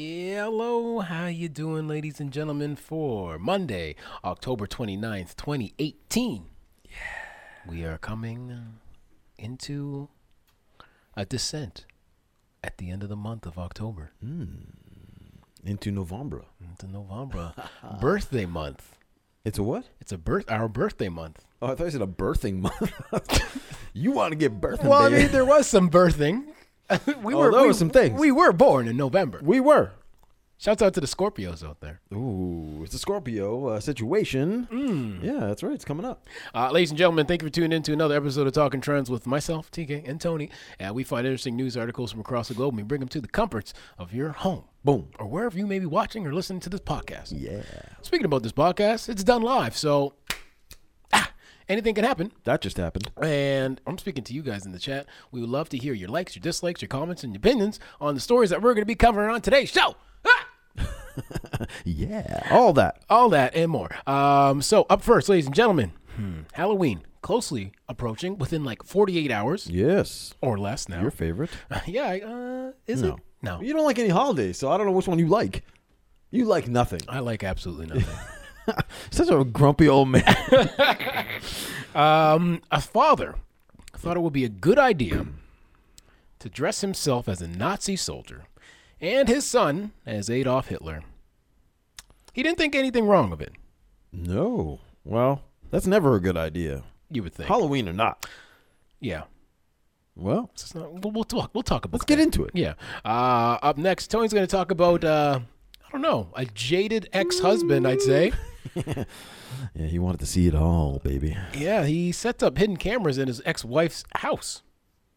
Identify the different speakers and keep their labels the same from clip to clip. Speaker 1: hello. How you doing, ladies and gentlemen, for Monday, October 29th, 2018? Yeah. We are coming into a descent at the end of the month of October
Speaker 2: Hmm. Into November.
Speaker 1: into November, birthday month.
Speaker 2: It's a what?
Speaker 1: It's a birth our birthday month.
Speaker 2: Oh, I thought you said a birthing month. you want to get birthing,
Speaker 1: Well, I
Speaker 2: baby.
Speaker 1: mean, there was some birthing. we
Speaker 2: Oh, there were some things.
Speaker 1: We were born in November.
Speaker 2: we were.
Speaker 1: Shouts out to the Scorpios out there.
Speaker 2: Ooh, it's a Scorpio uh, situation. Yeah, that's right. It's coming up.
Speaker 1: Uh, ladies and gentlemen, thank you for tuning in to another episode of Talking Trends with myself, TK, and Tony. And we find interesting news articles from across the globe and we bring them to the comforts of your home
Speaker 2: Boom.
Speaker 1: or wherever you may be watching or listening to this podcast.
Speaker 2: Yeah.
Speaker 1: Speaking about this podcast, it's done live, so ah, anything can happen.
Speaker 2: That just happened.
Speaker 1: And I'm speaking to you guys in the chat. We would love to hear your likes, your dislikes, your comments, and your opinions on the stories that we're going to be covering on today's show. Ah!
Speaker 2: Yeah. All that.
Speaker 1: All that and more. Um, so, up first, ladies and gentlemen, hmm, Halloween closely approaching within like 48 hours
Speaker 2: Yes.
Speaker 1: or less now.
Speaker 2: Your favorite.
Speaker 1: yeah, I- uh, is it?
Speaker 2: No.
Speaker 1: No.
Speaker 2: Oh. You don't like any holidays, so I don't know which one you like. You like nothing.
Speaker 1: I like absolutely nothing.
Speaker 2: Such a grumpy old man.
Speaker 1: um, a father thought it would be a good idea to dress himself as a Nazi soldier and his son as Adolf Hitler. He didn't think anything wrong of it,
Speaker 2: no. Well, that's never a good idea.
Speaker 1: you would think.
Speaker 2: Halloween or not.
Speaker 1: yeah.
Speaker 2: Well,
Speaker 1: So it's not- we'll, we'll talk. We'll talk about
Speaker 2: let's get
Speaker 1: that.
Speaker 2: into it.
Speaker 1: Yeah. Uh, up next, Tony's going to talk about, uh, I don't know, a jaded ex husband, I'd say.
Speaker 2: Yeah, he wanted to see it all, baby.
Speaker 1: Yeah, he sets up hidden cameras in his ex wife's house.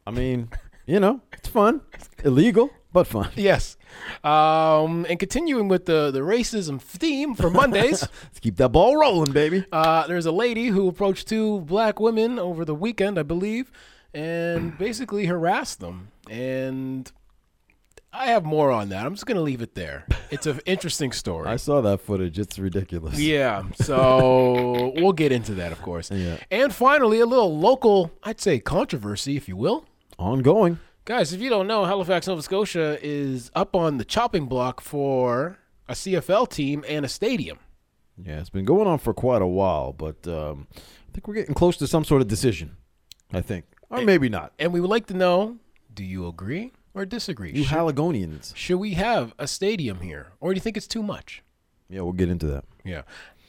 Speaker 2: I mean, you know, it's fun. Illegal, but fun.
Speaker 1: Yes. Um, and continuing with the, the racism theme for Mondays,
Speaker 2: Let's keep that ball rolling, baby.
Speaker 1: uh, there's a lady who approached two black women over the weekend, I believe, and basically harassed them. And I have more on that. I'm just going to leave it there. It's an interesting story.
Speaker 2: I saw that footage. It's ridiculous.
Speaker 1: yeah, so we'll get into that, of course.
Speaker 2: Yeah.
Speaker 1: And finally, a little local, I'd say, controversy, if you will.
Speaker 2: Ongoing.
Speaker 1: Guys, if you don't know, Halifax, Nova Scotia is up on the chopping block for a CFL team and a stadium.
Speaker 2: Yeah, it's been going on for quite a while, but um, I think we're getting close to some sort of decision. I think. Or maybe not.
Speaker 1: And we would like to know do you agree or disagree?
Speaker 2: You
Speaker 1: Sh-
Speaker 2: Haligonians.
Speaker 1: Should we have a stadium here? Or do you think it's too much?
Speaker 2: Yeah, we'll get into that.
Speaker 1: Yeah.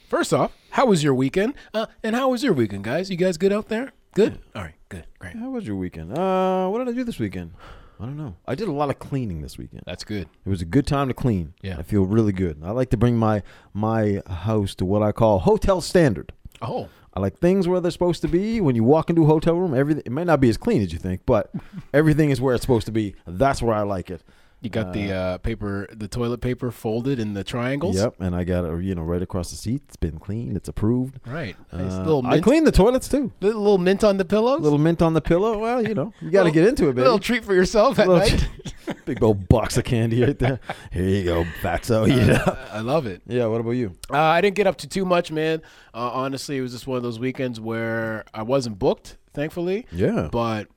Speaker 1: First off, how was your weekend? Uh, and how was your weekend, guys? You guys good out there? Good? All right, good, great.
Speaker 2: How was your weekend? Uh, what did I do this weekend? I don't know. I did a lot of cleaning this weekend.
Speaker 1: That's good.
Speaker 2: It was a good time to clean.
Speaker 1: Yeah.
Speaker 2: I feel really good. I like to bring my my house to what I call hotel standard.
Speaker 1: Oh,
Speaker 2: I like things where they're supposed to be. When you walk into a hotel room, everything it might not be as clean as you think, but everything is where it's supposed to be. That's where I like it.
Speaker 1: you got the uh, paper, the toilet paper folded in the triangles?
Speaker 2: Yep, and I got it, you know, right across the seat. It's been cleaned. It's approved.
Speaker 1: Right. Nice.
Speaker 2: Uh,
Speaker 1: little,
Speaker 2: I
Speaker 1: mint,
Speaker 2: cleaned the toilets too.
Speaker 1: little mint on the pillows?
Speaker 2: A little mint on the pillow. Well, you know, you got to
Speaker 1: Little-
Speaker 2: get into it,
Speaker 1: A
Speaker 2: baby.
Speaker 1: little treat for yourself at
Speaker 2: Little
Speaker 1: night.
Speaker 2: Big old box of candy right there. Here you go, Fatso. Eat
Speaker 1: Uh,
Speaker 2: it up.
Speaker 1: I love it.
Speaker 2: Yeah. What about you?
Speaker 1: Uh, I didn't get up to too much, man. Uh, honestly, it was just one of those weekends where I wasn't booked, thankfully.
Speaker 2: Yeah.
Speaker 1: But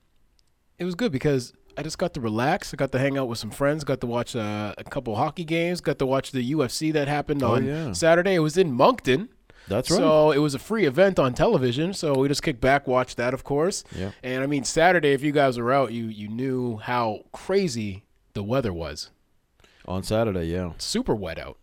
Speaker 1: it was good because I just got to relax. I got to hang out with some friends. Got to watch uh, a couple hockey games. Got to watch the UFC that happened on
Speaker 2: Oh, yeah.
Speaker 1: Saturday. It was in Moncton.
Speaker 2: That's right.
Speaker 1: So it was a free event on television. So we just kicked back, watched that, of course.
Speaker 2: Yeah.
Speaker 1: And I mean, Saturday, if you guys were out, you you knew how crazy the weather was.
Speaker 2: On Saturday, yeah.
Speaker 1: Super wet out.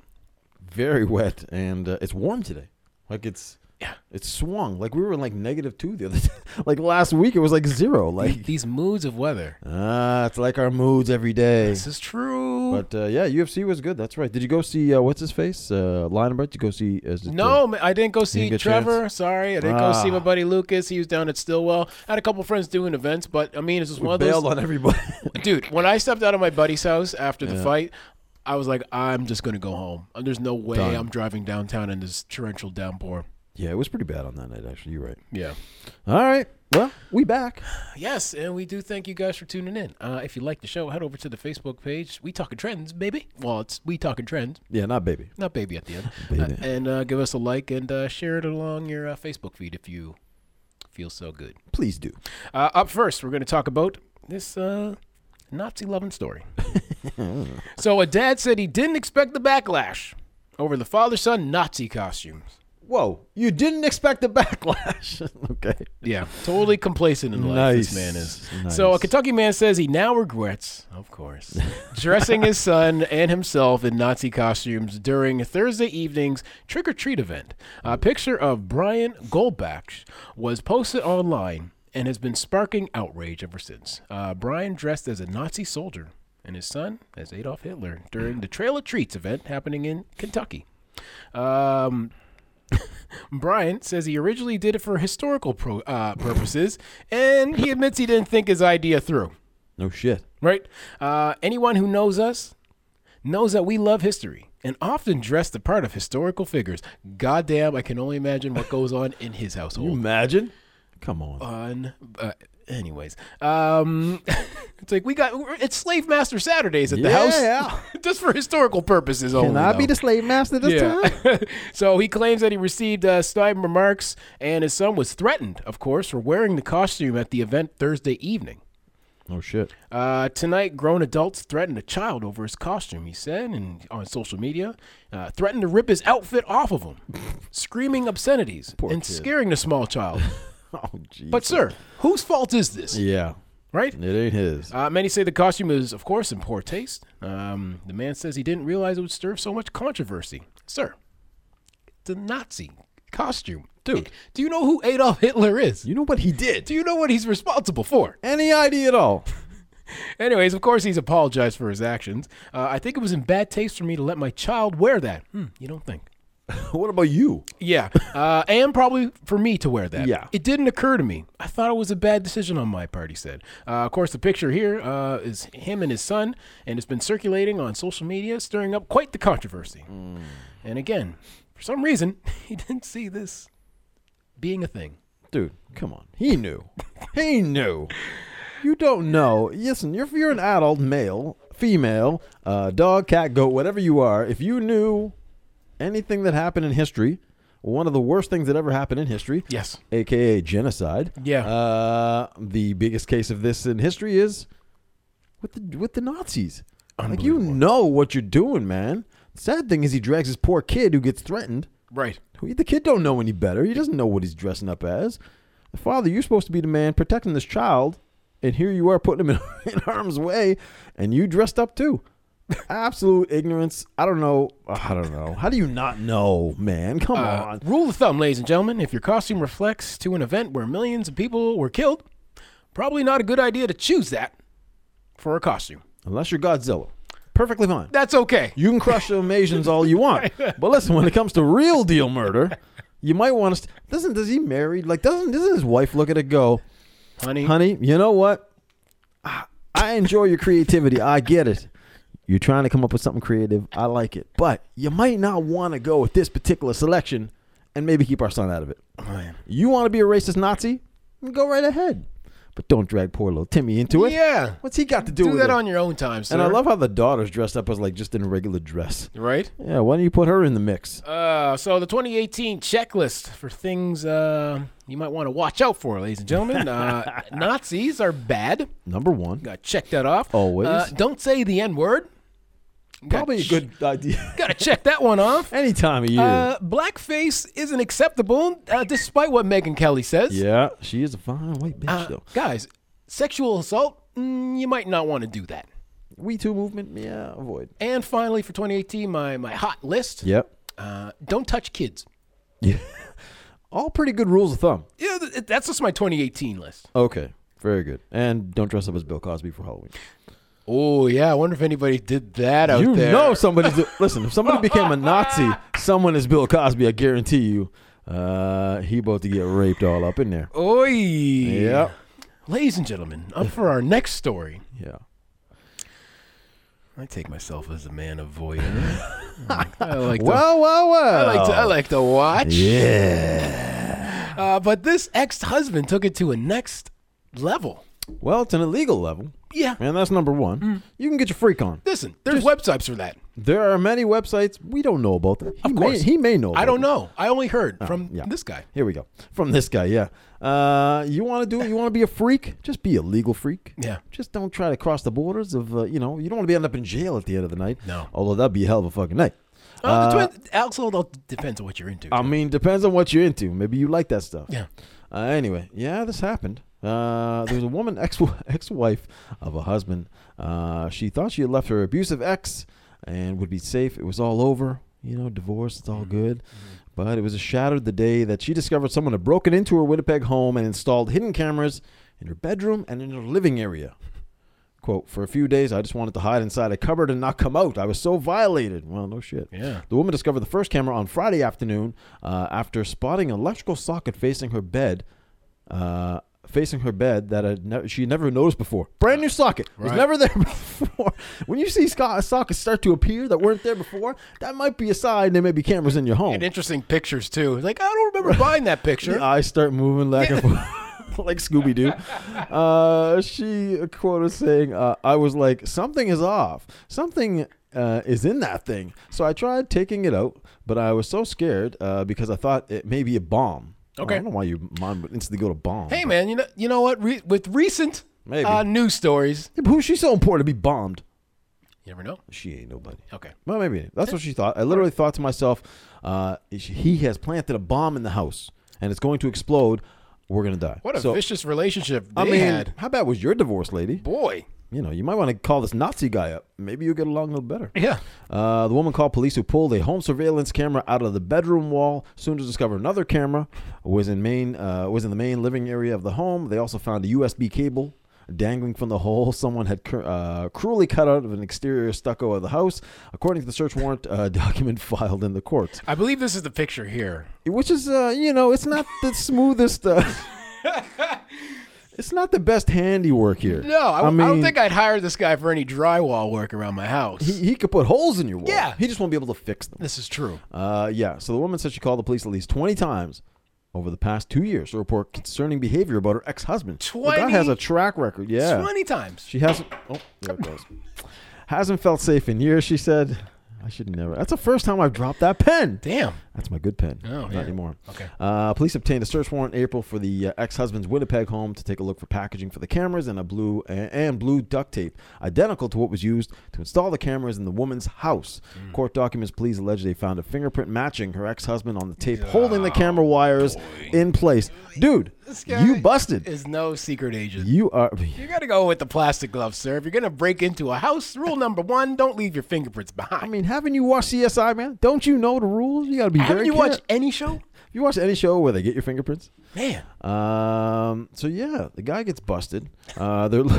Speaker 2: very wet and uh, it's warm today. Like it's
Speaker 1: Yeah.
Speaker 2: it's swung. Like we were in like negative two the other day. like last week it was like zero. Like
Speaker 1: These moods of weather.
Speaker 2: ah, it's like our moods every day.
Speaker 1: This is true.
Speaker 2: But uh, yeah, UFC was good. That's right. Did you go see uh, what's his face? Uh, Lionbert? Did you go see? Uh, is it, uh,
Speaker 1: No, ma- I didn't go see
Speaker 2: get a
Speaker 1: Trevor. Sorry, I didn't go see
Speaker 2: Ah.
Speaker 1: my buddy Lucas. He was down at Stillwell. I had a couple friends doing events, but I mean, it's just one of those.
Speaker 2: bailed on everybody.
Speaker 1: Dude, when I stepped out of my buddy's house after the
Speaker 2: Yeah.
Speaker 1: fight, I was like, I'm just gonna go home. Uh, There's no way
Speaker 2: Done.
Speaker 1: I'm driving downtown in this torrential downpour.
Speaker 2: yeah, it was pretty bad on that night. Actually, you're right.
Speaker 1: Yeah.
Speaker 2: All right. Well, we back.
Speaker 1: Yes, and we do thank you guys for tuning in. Uh, if you like the show, head over to the Facebook page. We talking trends, baby. Well, it's we talking trends,
Speaker 2: Yeah, not baby.
Speaker 1: not baby at the end.
Speaker 2: Baby.
Speaker 1: Uh, and uh, give us a like and uh, share it along your uh, Facebook feed if you feel so good.
Speaker 2: Please do.
Speaker 1: Uh, up first, we're going to talk about this uh, Nazi loving story. so a dad said he didn't expect the backlash over the father son Nazi costumes.
Speaker 2: Whoa, you didn't expect the backlash. okay.
Speaker 1: Yeah, totally complacent in life
Speaker 2: Nice.
Speaker 1: this man is. So a
Speaker 2: Nice.
Speaker 1: Kentucky man says he now regrets, of course, dressing his son and himself in Nazi costumes during Thursday evening's trick or treat event. A picture of Brian Goldbach was posted online and has been sparking outrage ever since. Uh, Brian dressed as a Nazi soldier and his son as Adolf Hitler during the Trail of Treats event happening in Kentucky. Um, Brian says he originally did it for historical pro, uh, purposes, and he admits he didn't think his idea through.
Speaker 2: No shit.
Speaker 1: Right? Uh, anyone who knows us knows that we love history and often dress the part of historical figures. Goddamn, I can only imagine what goes on in his household
Speaker 2: Imagine. Come on.
Speaker 1: on. Uh, anyways, um, it's like we got we're- it's slave master Saturdays at the house,
Speaker 2: Yeah.
Speaker 1: just for historical purposes only.
Speaker 2: Can I be
Speaker 1: though.
Speaker 2: the slave master this time?
Speaker 1: so he claims that he received uh, snide remarks, and his son was threatened, of course, for wearing the costume at the event Thursday evening.
Speaker 2: No Oh, shit.
Speaker 1: Uh, tonight, grown adults threatened a child over his costume, he said, and on social media, uh, threatened to rip his outfit off of him, screaming obscenities
Speaker 2: Poor
Speaker 1: and
Speaker 2: kid.
Speaker 1: scaring the small child.
Speaker 2: Oh, jeez.
Speaker 1: But, sir, whose fault is this?
Speaker 2: yeah,
Speaker 1: Right?
Speaker 2: it ain't his.
Speaker 1: Uh, many say the costume is, of course, in poor taste. Um, the man says he didn't realize it would stir up so much controversy. Sir, the Nazi costume. Dude, do you know who Adolf Hitler is?
Speaker 2: You know what he did?
Speaker 1: Do you know what he's responsible for?
Speaker 2: Any idea at all?
Speaker 1: Anyways, of course, he's apologized for his actions. Uh, I think it was in bad taste for me to let my child wear that. Hmm, you don't think?
Speaker 2: what about you?
Speaker 1: Yeah, uh, and probably for me to wear that.
Speaker 2: Yeah.
Speaker 1: it didn't occur to me. I thought it was a bad decision on my part. He said. Uh, of course, the picture here uh, is him and his son, and it's been circulating on social media, stirring up quite the controversy. And again, for some reason, he didn't see this being a thing.
Speaker 2: Dude, come on. He knew. he knew. You don't know. Listen, if you're an adult, male, female, uh, dog, cat, goat, whatever you are, if you knew anything that happened in history, one of the worst things that ever happened in history,
Speaker 1: Yes.
Speaker 2: aka genocide.
Speaker 1: Yeah.
Speaker 2: Uh, the biggest case of this in history is with the with the Nazis. Like you know what you're doing, man. Sad thing is he drags his poor kid who gets threatened.
Speaker 1: Right.
Speaker 2: Who the kid don't know any better. He doesn't know what he's dressing up as. Father, you're supposed to be the man protecting this child, and here you are putting him in, in harm's way, and you dressed up too. Absolute ignorance. I don't know. I don't know. How do you not know, man? Come
Speaker 1: Uh,
Speaker 2: on.
Speaker 1: rule of thumb, ladies and gentlemen: if your costume reflects to an event where millions of people were killed, probably not a good idea to choose that for a costume.
Speaker 2: Unless you're Godzilla, perfectly fine.
Speaker 1: That's okay.
Speaker 2: You can crush them Asians all you want, but listen, when it comes to real deal murder, you might want to. St- doesn't does he married? Like doesn't doesn't his wife look at it go, honey? You know what? I- I enjoy your creativity. I get it. You're trying to come up with something creative. I like it, but you might not want to go with this particular selection, and maybe keep our son out of it. You want to be a racist Nazi? Go right ahead, but don't drag poor little Timmy into it.
Speaker 1: Yeah.
Speaker 2: What's he got to do,
Speaker 1: do
Speaker 2: with
Speaker 1: that
Speaker 2: it?
Speaker 1: on your own time, sir.
Speaker 2: and I love how the daughter's dressed up as like just in a regular dress.
Speaker 1: right.
Speaker 2: Yeah, why don't you put her in the mix?
Speaker 1: Uh, so the 2018 checklist for things uh, you might want to watch out for, ladies and gentlemen. Uh, Nazis are bad.
Speaker 2: Number one,
Speaker 1: Got to check that off.
Speaker 2: Always.
Speaker 1: Uh, don't say the N word.
Speaker 2: probably a good idea.
Speaker 1: Got to check that one off.
Speaker 2: Any time of year.
Speaker 1: Uh, blackface isn't acceptable, uh, despite what Megan Kelly says.
Speaker 2: yeah, she is a fine white bitch
Speaker 1: Uh,
Speaker 2: though.
Speaker 1: guys, sexual assault. Mm, you might not want to do that.
Speaker 2: We Too movement, yeah, avoid.
Speaker 1: And finally, for 2018, my my hot list.
Speaker 2: Yep.
Speaker 1: Uh, don't touch kids.
Speaker 2: Yeah. All pretty good rules of thumb.
Speaker 1: Yeah, th- th- that's just my 2018 list.
Speaker 2: Okay, very good. And don't dress up as Bill Cosby for Halloween.
Speaker 1: Oh yeah, I wonder if anybody did that out
Speaker 2: you
Speaker 1: there.
Speaker 2: know somebody's listen. If somebody became a Nazi, someone is Bill Cosby. I guarantee you, uh, he about to get raped all up in there.
Speaker 1: Oy.
Speaker 2: Yep.
Speaker 1: Ladies and gentlemen, up for our next story.
Speaker 2: Yeah.
Speaker 1: I take myself as a man of voyeur. I like to,
Speaker 2: Well, well,
Speaker 1: I
Speaker 2: well.
Speaker 1: like to, I like to watch.
Speaker 2: yeah.
Speaker 1: Uh, but this ex-husband took it to a next level.
Speaker 2: Well, it's an illegal level.
Speaker 1: Yeah. Mm.
Speaker 2: And that's number one. You can get your freak on.
Speaker 1: Listen, there's websites for that.
Speaker 2: There are many websites we don't know about them. He
Speaker 1: Of course.
Speaker 2: may, he may know.
Speaker 1: I
Speaker 2: about
Speaker 1: don't know. I only heard from
Speaker 2: yeah.
Speaker 1: this guy.
Speaker 2: Here we go. From this guy, yeah. Uh, you want to do? You want to be a freak? Just be a legal freak.
Speaker 1: Yeah.
Speaker 2: Just don't try to cross the borders of uh, you know. You don't want to be end up in jail at the end of the night.
Speaker 1: No.
Speaker 2: Although that'd be a hell of a fucking night.
Speaker 1: Oh,
Speaker 2: Uh,
Speaker 1: depend- also, it depends on what you're into.
Speaker 2: I mean, depends on what you're into. Maybe you like that stuff.
Speaker 1: yeah.
Speaker 2: Uh, anyway, yeah, this happened. Uh, there was a woman, ex ex wife of a husband. Uh, she thought she had left her abusive ex and would be safe. It was all over. You know, divorce, it's all good. But it was shattered the day that she discovered someone had broken into her Winnipeg home and installed hidden cameras in her bedroom and in her living area. Quote, for a few days, I just wanted to hide inside a cupboard and not come out. I was so violated. Well, no shit.
Speaker 1: Yeah.
Speaker 2: The woman discovered the first camera on Friday afternoon uh, after spotting an electrical socket facing her bed, uh, facing her bed that had ne- she had never noticed before. Brand new socket was
Speaker 1: Right.
Speaker 2: never there before. When you see sco- sockets start to appear that weren't there before, that might be a sign there may be cameras in your home.
Speaker 1: And interesting pictures, too. Like, I don't remember buying that picture.
Speaker 2: The eyes start moving back and forth like Scooby Doo. Uh, she quoted saying, uh, "I was like, something is off. Something." Uh, is in that thing. So I tried taking it out, but I was so scared uh, because I thought it may be a bomb.
Speaker 1: Okay.
Speaker 2: I don't know why your mind would instantly go to bomb.
Speaker 1: Hey, man, you know, you know what? Re- with recent
Speaker 2: Maybe.
Speaker 1: Uh, news stories,
Speaker 2: Yeah, but who's she so important to be bombed?
Speaker 1: you never know.
Speaker 2: She ain't nobody.
Speaker 1: Okay.
Speaker 2: Well, maybe that's what she thought. I literally thought to myself, uh, "He has planted a bomb in the house, and it's going to explode. We're gonna die."
Speaker 1: What a
Speaker 2: So-
Speaker 1: vicious relationship they
Speaker 2: I mean,
Speaker 1: had.
Speaker 2: how bad was your divorce, lady?
Speaker 1: Boy.
Speaker 2: You know, you might want to call this Nazi guy up. Maybe you'll get along a little better.
Speaker 1: Yeah.
Speaker 2: Uh, the woman called police who pulled a home surveillance camera out of the bedroom wall. Soon to discover another camera was in main uh, was in the main living area of the home. They also found a USB cable dangling from the hole someone had cr- uh, cruelly cut out of an exterior stucco of the house, according to the search warrant uh, document filed in the courts.
Speaker 1: I believe this is the picture here.
Speaker 2: Which is, uh, you know, it's not the smoothest. Uh, it's not the best handiwork here.
Speaker 1: No, I, I don't think I'd hire this guy for any drywall work around my house.
Speaker 2: He, he could put holes in your wall.
Speaker 1: Yeah.
Speaker 2: He just won't be able to fix them.
Speaker 1: this is true.
Speaker 2: Uh, yeah. So the woman said she called the police at least 20 times over the past two years to report concerning behavior about her ex husband. That
Speaker 1: 20?
Speaker 2: has a track record. Yeah.
Speaker 1: 20 times.
Speaker 2: She hasn't. Oh, there it goes. hasn't felt safe in years, she said. I should never. That's the first time I've dropped that pen.
Speaker 1: Damn.
Speaker 2: That's my good pen.
Speaker 1: Oh,
Speaker 2: Not
Speaker 1: yeah.
Speaker 2: anymore.
Speaker 1: Okay.
Speaker 2: Uh, police obtained a search warrant in April for the uh, ex-husband's Winnipeg home to take a look for packaging for the cameras and a blue and, and blue duct tape identical to what was used to install the cameras in the woman's house.
Speaker 1: Mm.
Speaker 2: Court documents police allege they found a fingerprint matching her ex-husband on the tape holding the camera wires in place. Dude,
Speaker 1: guy
Speaker 2: you busted.
Speaker 1: Is no secret agent.
Speaker 2: you are
Speaker 1: You gotta go with the plastic gloves, sir. If you're gonna break into a house, rule number one: don't leave your fingerprints
Speaker 2: I
Speaker 1: behind.
Speaker 2: mean, haven't you watched CSI, man? Don't you know the rules? You got to be
Speaker 1: Haven't
Speaker 2: very
Speaker 1: you
Speaker 2: care-
Speaker 1: watched any show?
Speaker 2: If you watch any show where they get your fingerprints,
Speaker 1: Man,
Speaker 2: Um. So yeah, the guy gets busted. Uh, there.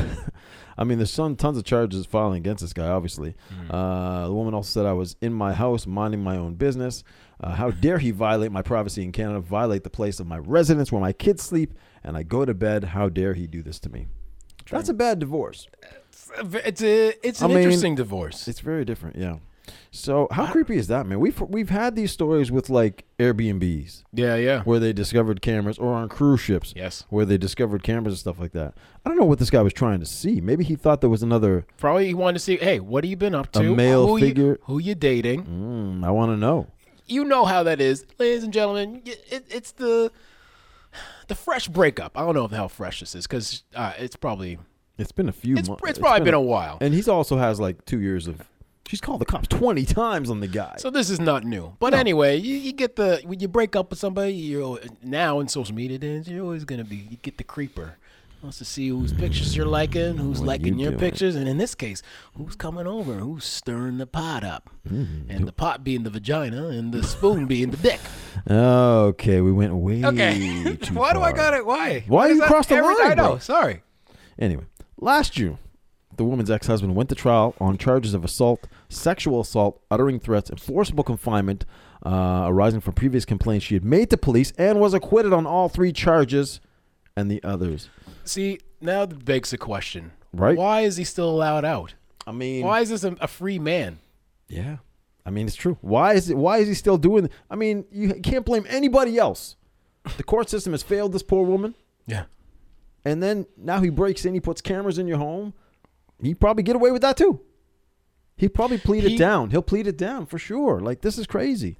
Speaker 2: I mean, there's some tons of charges filing against this guy. Obviously, uh, the woman also said I was in my house minding my own business. Uh, how dare he violate my privacy in Canada? Violate the place of my residence where my kids sleep and I go to bed. How dare he do this to me? That's a bad divorce.
Speaker 1: it's a, it's, a, it's
Speaker 2: I
Speaker 1: an
Speaker 2: mean-
Speaker 1: interesting divorce.
Speaker 2: It's very different. Yeah. So how creepy is that, man? We've we've had these stories with like Airbnbs
Speaker 1: Yeah, yeah.
Speaker 2: where they discovered cameras or on cruise ships
Speaker 1: Yes.
Speaker 2: where they discovered cameras and stuff like that i don't know what this guy was trying to see maybe he thought there was another
Speaker 1: Probably you wanted to see, hey, what have you been up
Speaker 2: A
Speaker 1: to?
Speaker 2: male
Speaker 1: who
Speaker 2: figure-
Speaker 1: You, who you dating?
Speaker 2: mm, i want to know
Speaker 1: You know how that is, ladies and gentlemen. y- It, it's the the fresh breakup. I don't know how fresh this is because uh, it's probably
Speaker 2: it's been a few
Speaker 1: it's,
Speaker 2: months
Speaker 1: it's probably been a while.
Speaker 2: and he's also has like two years of she's called the cops 20 times on the guy
Speaker 1: So this is not new. But anyway, you, you get the when you break up with somebody, you know, now in social media, then you're always gonna be you get the creeper. Wants to see whose pictures you're liking, who's liking
Speaker 2: you
Speaker 1: your
Speaker 2: doing?
Speaker 1: pictures, and in this case, who's coming over, who's stirring the pot up,
Speaker 2: Mm-hmm.
Speaker 1: and the pot being the vagina, and the spoon being the dick.
Speaker 2: okay we went way
Speaker 1: Okay,
Speaker 2: too
Speaker 1: why do I
Speaker 2: far.
Speaker 1: got it? Why?
Speaker 2: Why
Speaker 1: does
Speaker 2: you
Speaker 1: that-
Speaker 2: cross the
Speaker 1: every-
Speaker 2: line,
Speaker 1: I know.
Speaker 2: bro?
Speaker 1: Sorry.
Speaker 2: Anyway, last June, the woman's ex husband went to trial on charges of assault, sexual assault, uttering threats, and forcible confinement uh, arising from previous complaints she had made to police and was acquitted on all three charges and the others.
Speaker 1: See, now that begs the question:
Speaker 2: Right.
Speaker 1: Why is he still allowed out?
Speaker 2: I mean,
Speaker 1: Why is this a, a free man?
Speaker 2: yeah. I mean, it's true. Why is it? Why is he still doing? I mean, you can't blame anybody else. The court system has failed this poor woman,
Speaker 1: Yeah.
Speaker 2: and then now he breaks in. He puts cameras in your home. He probably get away with that too. He probably plead
Speaker 1: He-
Speaker 2: it down. He'll plead it down for sure. Like this is crazy.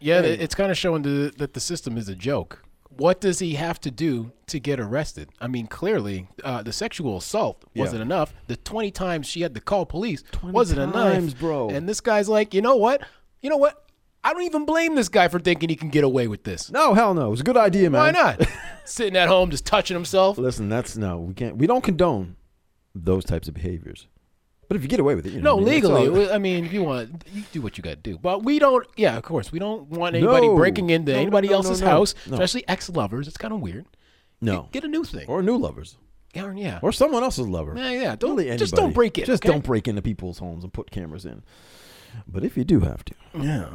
Speaker 1: Yeah,
Speaker 2: Hey.
Speaker 1: it- it's kind of showing the, that the system is a joke. What does he have to do to get arrested? I mean, clearly, uh, the sexual assault
Speaker 2: Yeah.
Speaker 1: wasn't enough. The 20 times she had to call police
Speaker 2: 20
Speaker 1: wasn't
Speaker 2: times,
Speaker 1: enough.
Speaker 2: bro.
Speaker 1: And this guy's like, you know what? You know what? I don't even blame this guy for thinking he can get away with this.
Speaker 2: No, hell no. It was a good idea, man.
Speaker 1: Why not? Sitting at home just touching himself.
Speaker 2: Listen, that's no. We can't. We don't condone those types of behaviors. But if you get away with it, you know
Speaker 1: No,
Speaker 2: what I mean? That's
Speaker 1: legally.
Speaker 2: all-
Speaker 1: we- I mean, if you want, you do what you got to do. But we don't. Yeah, of course, we don't want anybody
Speaker 2: No.
Speaker 1: breaking into
Speaker 2: No, no,
Speaker 1: anybody
Speaker 2: no, no,
Speaker 1: else's
Speaker 2: no.
Speaker 1: house,
Speaker 2: No.
Speaker 1: especially ex-lovers. It's kind of weird.
Speaker 2: no.
Speaker 1: Get a new thing.
Speaker 2: Or new lovers,
Speaker 1: Yeah, yeah.
Speaker 2: or someone else's lover.
Speaker 1: Yeah, Uh, yeah. Don't
Speaker 2: Really
Speaker 1: just
Speaker 2: anybody.
Speaker 1: don't break it.
Speaker 2: Just
Speaker 1: okay?
Speaker 2: don't break into people's homes and put cameras in. But if you do have to,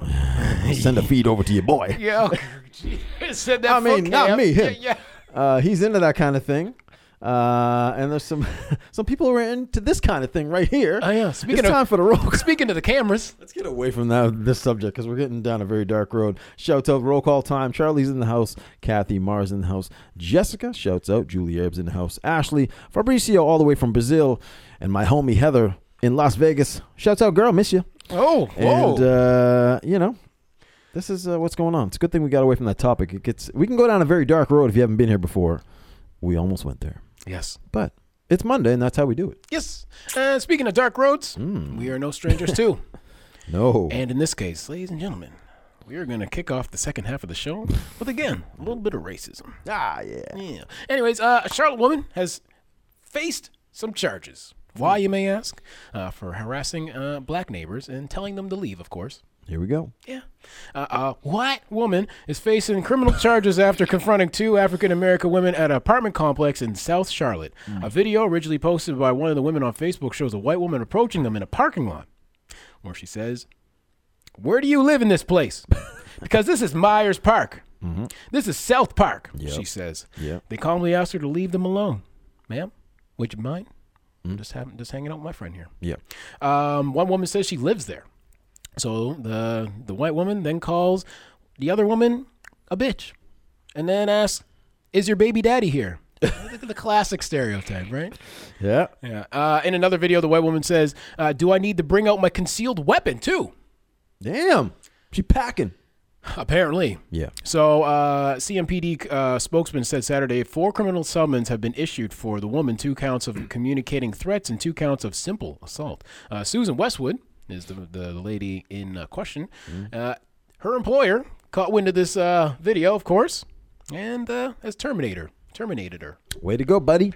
Speaker 2: yeah, send a feed over to your boy.
Speaker 1: Yeah, okay. Gee, said that.
Speaker 2: I mean,
Speaker 1: for
Speaker 2: not
Speaker 1: Cam.
Speaker 2: me, him.
Speaker 1: Yeah,
Speaker 2: Uh, he's into that kind of thing. Uh, and there's some some people who are into this kind of thing right here.
Speaker 1: Oh, yeah. Speaking
Speaker 2: it's
Speaker 1: of-
Speaker 2: time for the roll.
Speaker 1: yeah. Speaking to the cameras,
Speaker 2: Let's get away from that this subject because we're getting down a very dark road. Shouts out, roll call time. Charlie's in the house. Kathy Mars in the house. Jessica shouts out. Julie Ebbs in the house. Ashley Fabricio all the way from Brazil, and my homie Heather in Las Vegas. Shouts out, girl, miss you.
Speaker 1: oh, whoa,
Speaker 2: And uh, you know, this is uh, what's going on. It's a good thing we got away from that topic. It gets we can go down a very dark road if you haven't been here before. We almost went there,
Speaker 1: yes,
Speaker 2: but it's Monday and that's how we do it.
Speaker 1: yes. Uh, speaking of dark roads,
Speaker 2: Hmm.
Speaker 1: we are no strangers too.
Speaker 2: No,
Speaker 1: And in this case, ladies and gentlemen, we are going to kick off the second half of the show with again a little bit of racism.
Speaker 2: ah, yeah.
Speaker 1: Yeah. Anyways, uh, a Charlotte woman has faced some charges. Why, you may ask, uh, for harassing uh, black neighbors and telling them to leave, of course.
Speaker 2: Here we go.
Speaker 1: Yeah. Uh, uh, what woman is facing criminal charges after confronting two African American women at an apartment complex in South Charlotte?
Speaker 2: Hmm.
Speaker 1: A video originally posted by one of the women on Facebook shows a white woman approaching them in a parking lot, where she says, "Where do you live in this place? Because this is Myers Park. This is South Park." She says.
Speaker 2: Mm-hmm. Yep.
Speaker 1: They calmly asked her to leave them alone, ma'am. Would you mind?
Speaker 2: Hmm.
Speaker 1: I'm just having, just hanging out with my friend here.
Speaker 2: Yeah.
Speaker 1: Um, one woman says she lives there. So the the white woman then calls the other woman a bitch, and then asks, "Is your baby daddy here?" Look at the classic stereotype, right?
Speaker 2: Yeah.
Speaker 1: Yeah. Uh, in another video, the white woman says, uh, "Do I need to bring out my concealed weapon too?"
Speaker 2: Damn. She packing.
Speaker 1: Apparently.
Speaker 2: Yeah.
Speaker 1: So, uh, CMPD uh, spokesman said Saturday four criminal summons have been issued for the woman, two counts of communicating threats and two counts of simple assault. Uh, Susan Westwood is the, the lady in uh, question. Uh, her employer caught wind of this uh, video, of course, and uh, has terminated her. Terminated her.
Speaker 2: Way to go, buddy.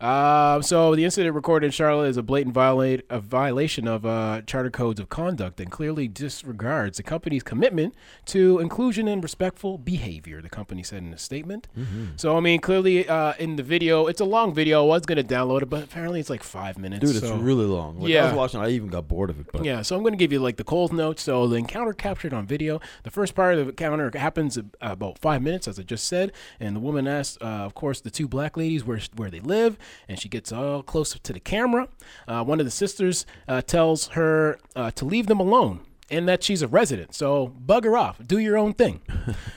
Speaker 1: Uh, so the incident recorded in Charlotte is a blatant violate a violation of uh, charter codes of conduct and clearly disregards the company's commitment to inclusion and respectful behavior. The company said in a statement.
Speaker 2: Mm-hmm.
Speaker 1: So I mean, clearly uh, in the video, it's a long video. I was gonna download it, but apparently it's like five minutes.
Speaker 2: Dude, it's
Speaker 1: so-
Speaker 2: really long. Like, I
Speaker 1: Yeah.
Speaker 2: was watching. I even got bored of it. But
Speaker 1: yeah, so I'm going to give you like the cold notes. So the encounter captured on video. The first part of the encounter happens ab- about five minutes, as I just said. And the woman asks, uh, of course, the two black ladies where where they live, and she gets all close to the camera. Uh, one of the sisters uh, tells her uh, to leave them alone and that she's a resident. So bugger off, do your own thing.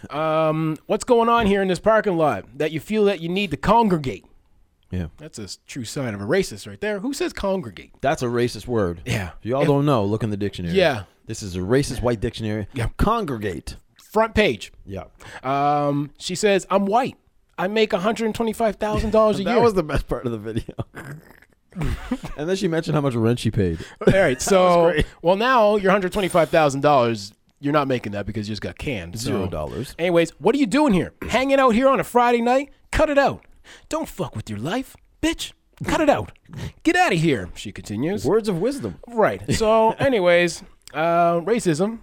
Speaker 1: um, what's going on here in this parking lot that you feel that you need to congregate?
Speaker 2: yeah.
Speaker 1: That's a s- true sign of a racist right there. Who says congregate?
Speaker 2: That's a racist word.
Speaker 1: Yeah.
Speaker 2: If y'all don't know, look in the dictionary.
Speaker 1: Yeah.
Speaker 2: This is a racist white dictionary.
Speaker 1: Yeah.
Speaker 2: Congregate.
Speaker 1: Front page.
Speaker 2: Yeah.
Speaker 1: Um, she says, "I'm white. I make one hundred twenty-five thousand dollars a
Speaker 2: That
Speaker 1: year."
Speaker 2: was the best part of the video. and then she mentioned how much rent she paid.
Speaker 1: All right, so well now your one hundred twenty-five thousand dollars. You're not making that because you just got canned. so-
Speaker 2: Zero dollars.
Speaker 1: Anyways, what are you doing here? Hanging out here on a Friday night? Cut it out. Don't fuck with your life, bitch. Cut it out. Get out of here. She continues.
Speaker 2: Words of wisdom.
Speaker 1: Right. So, anyways, uh, racism,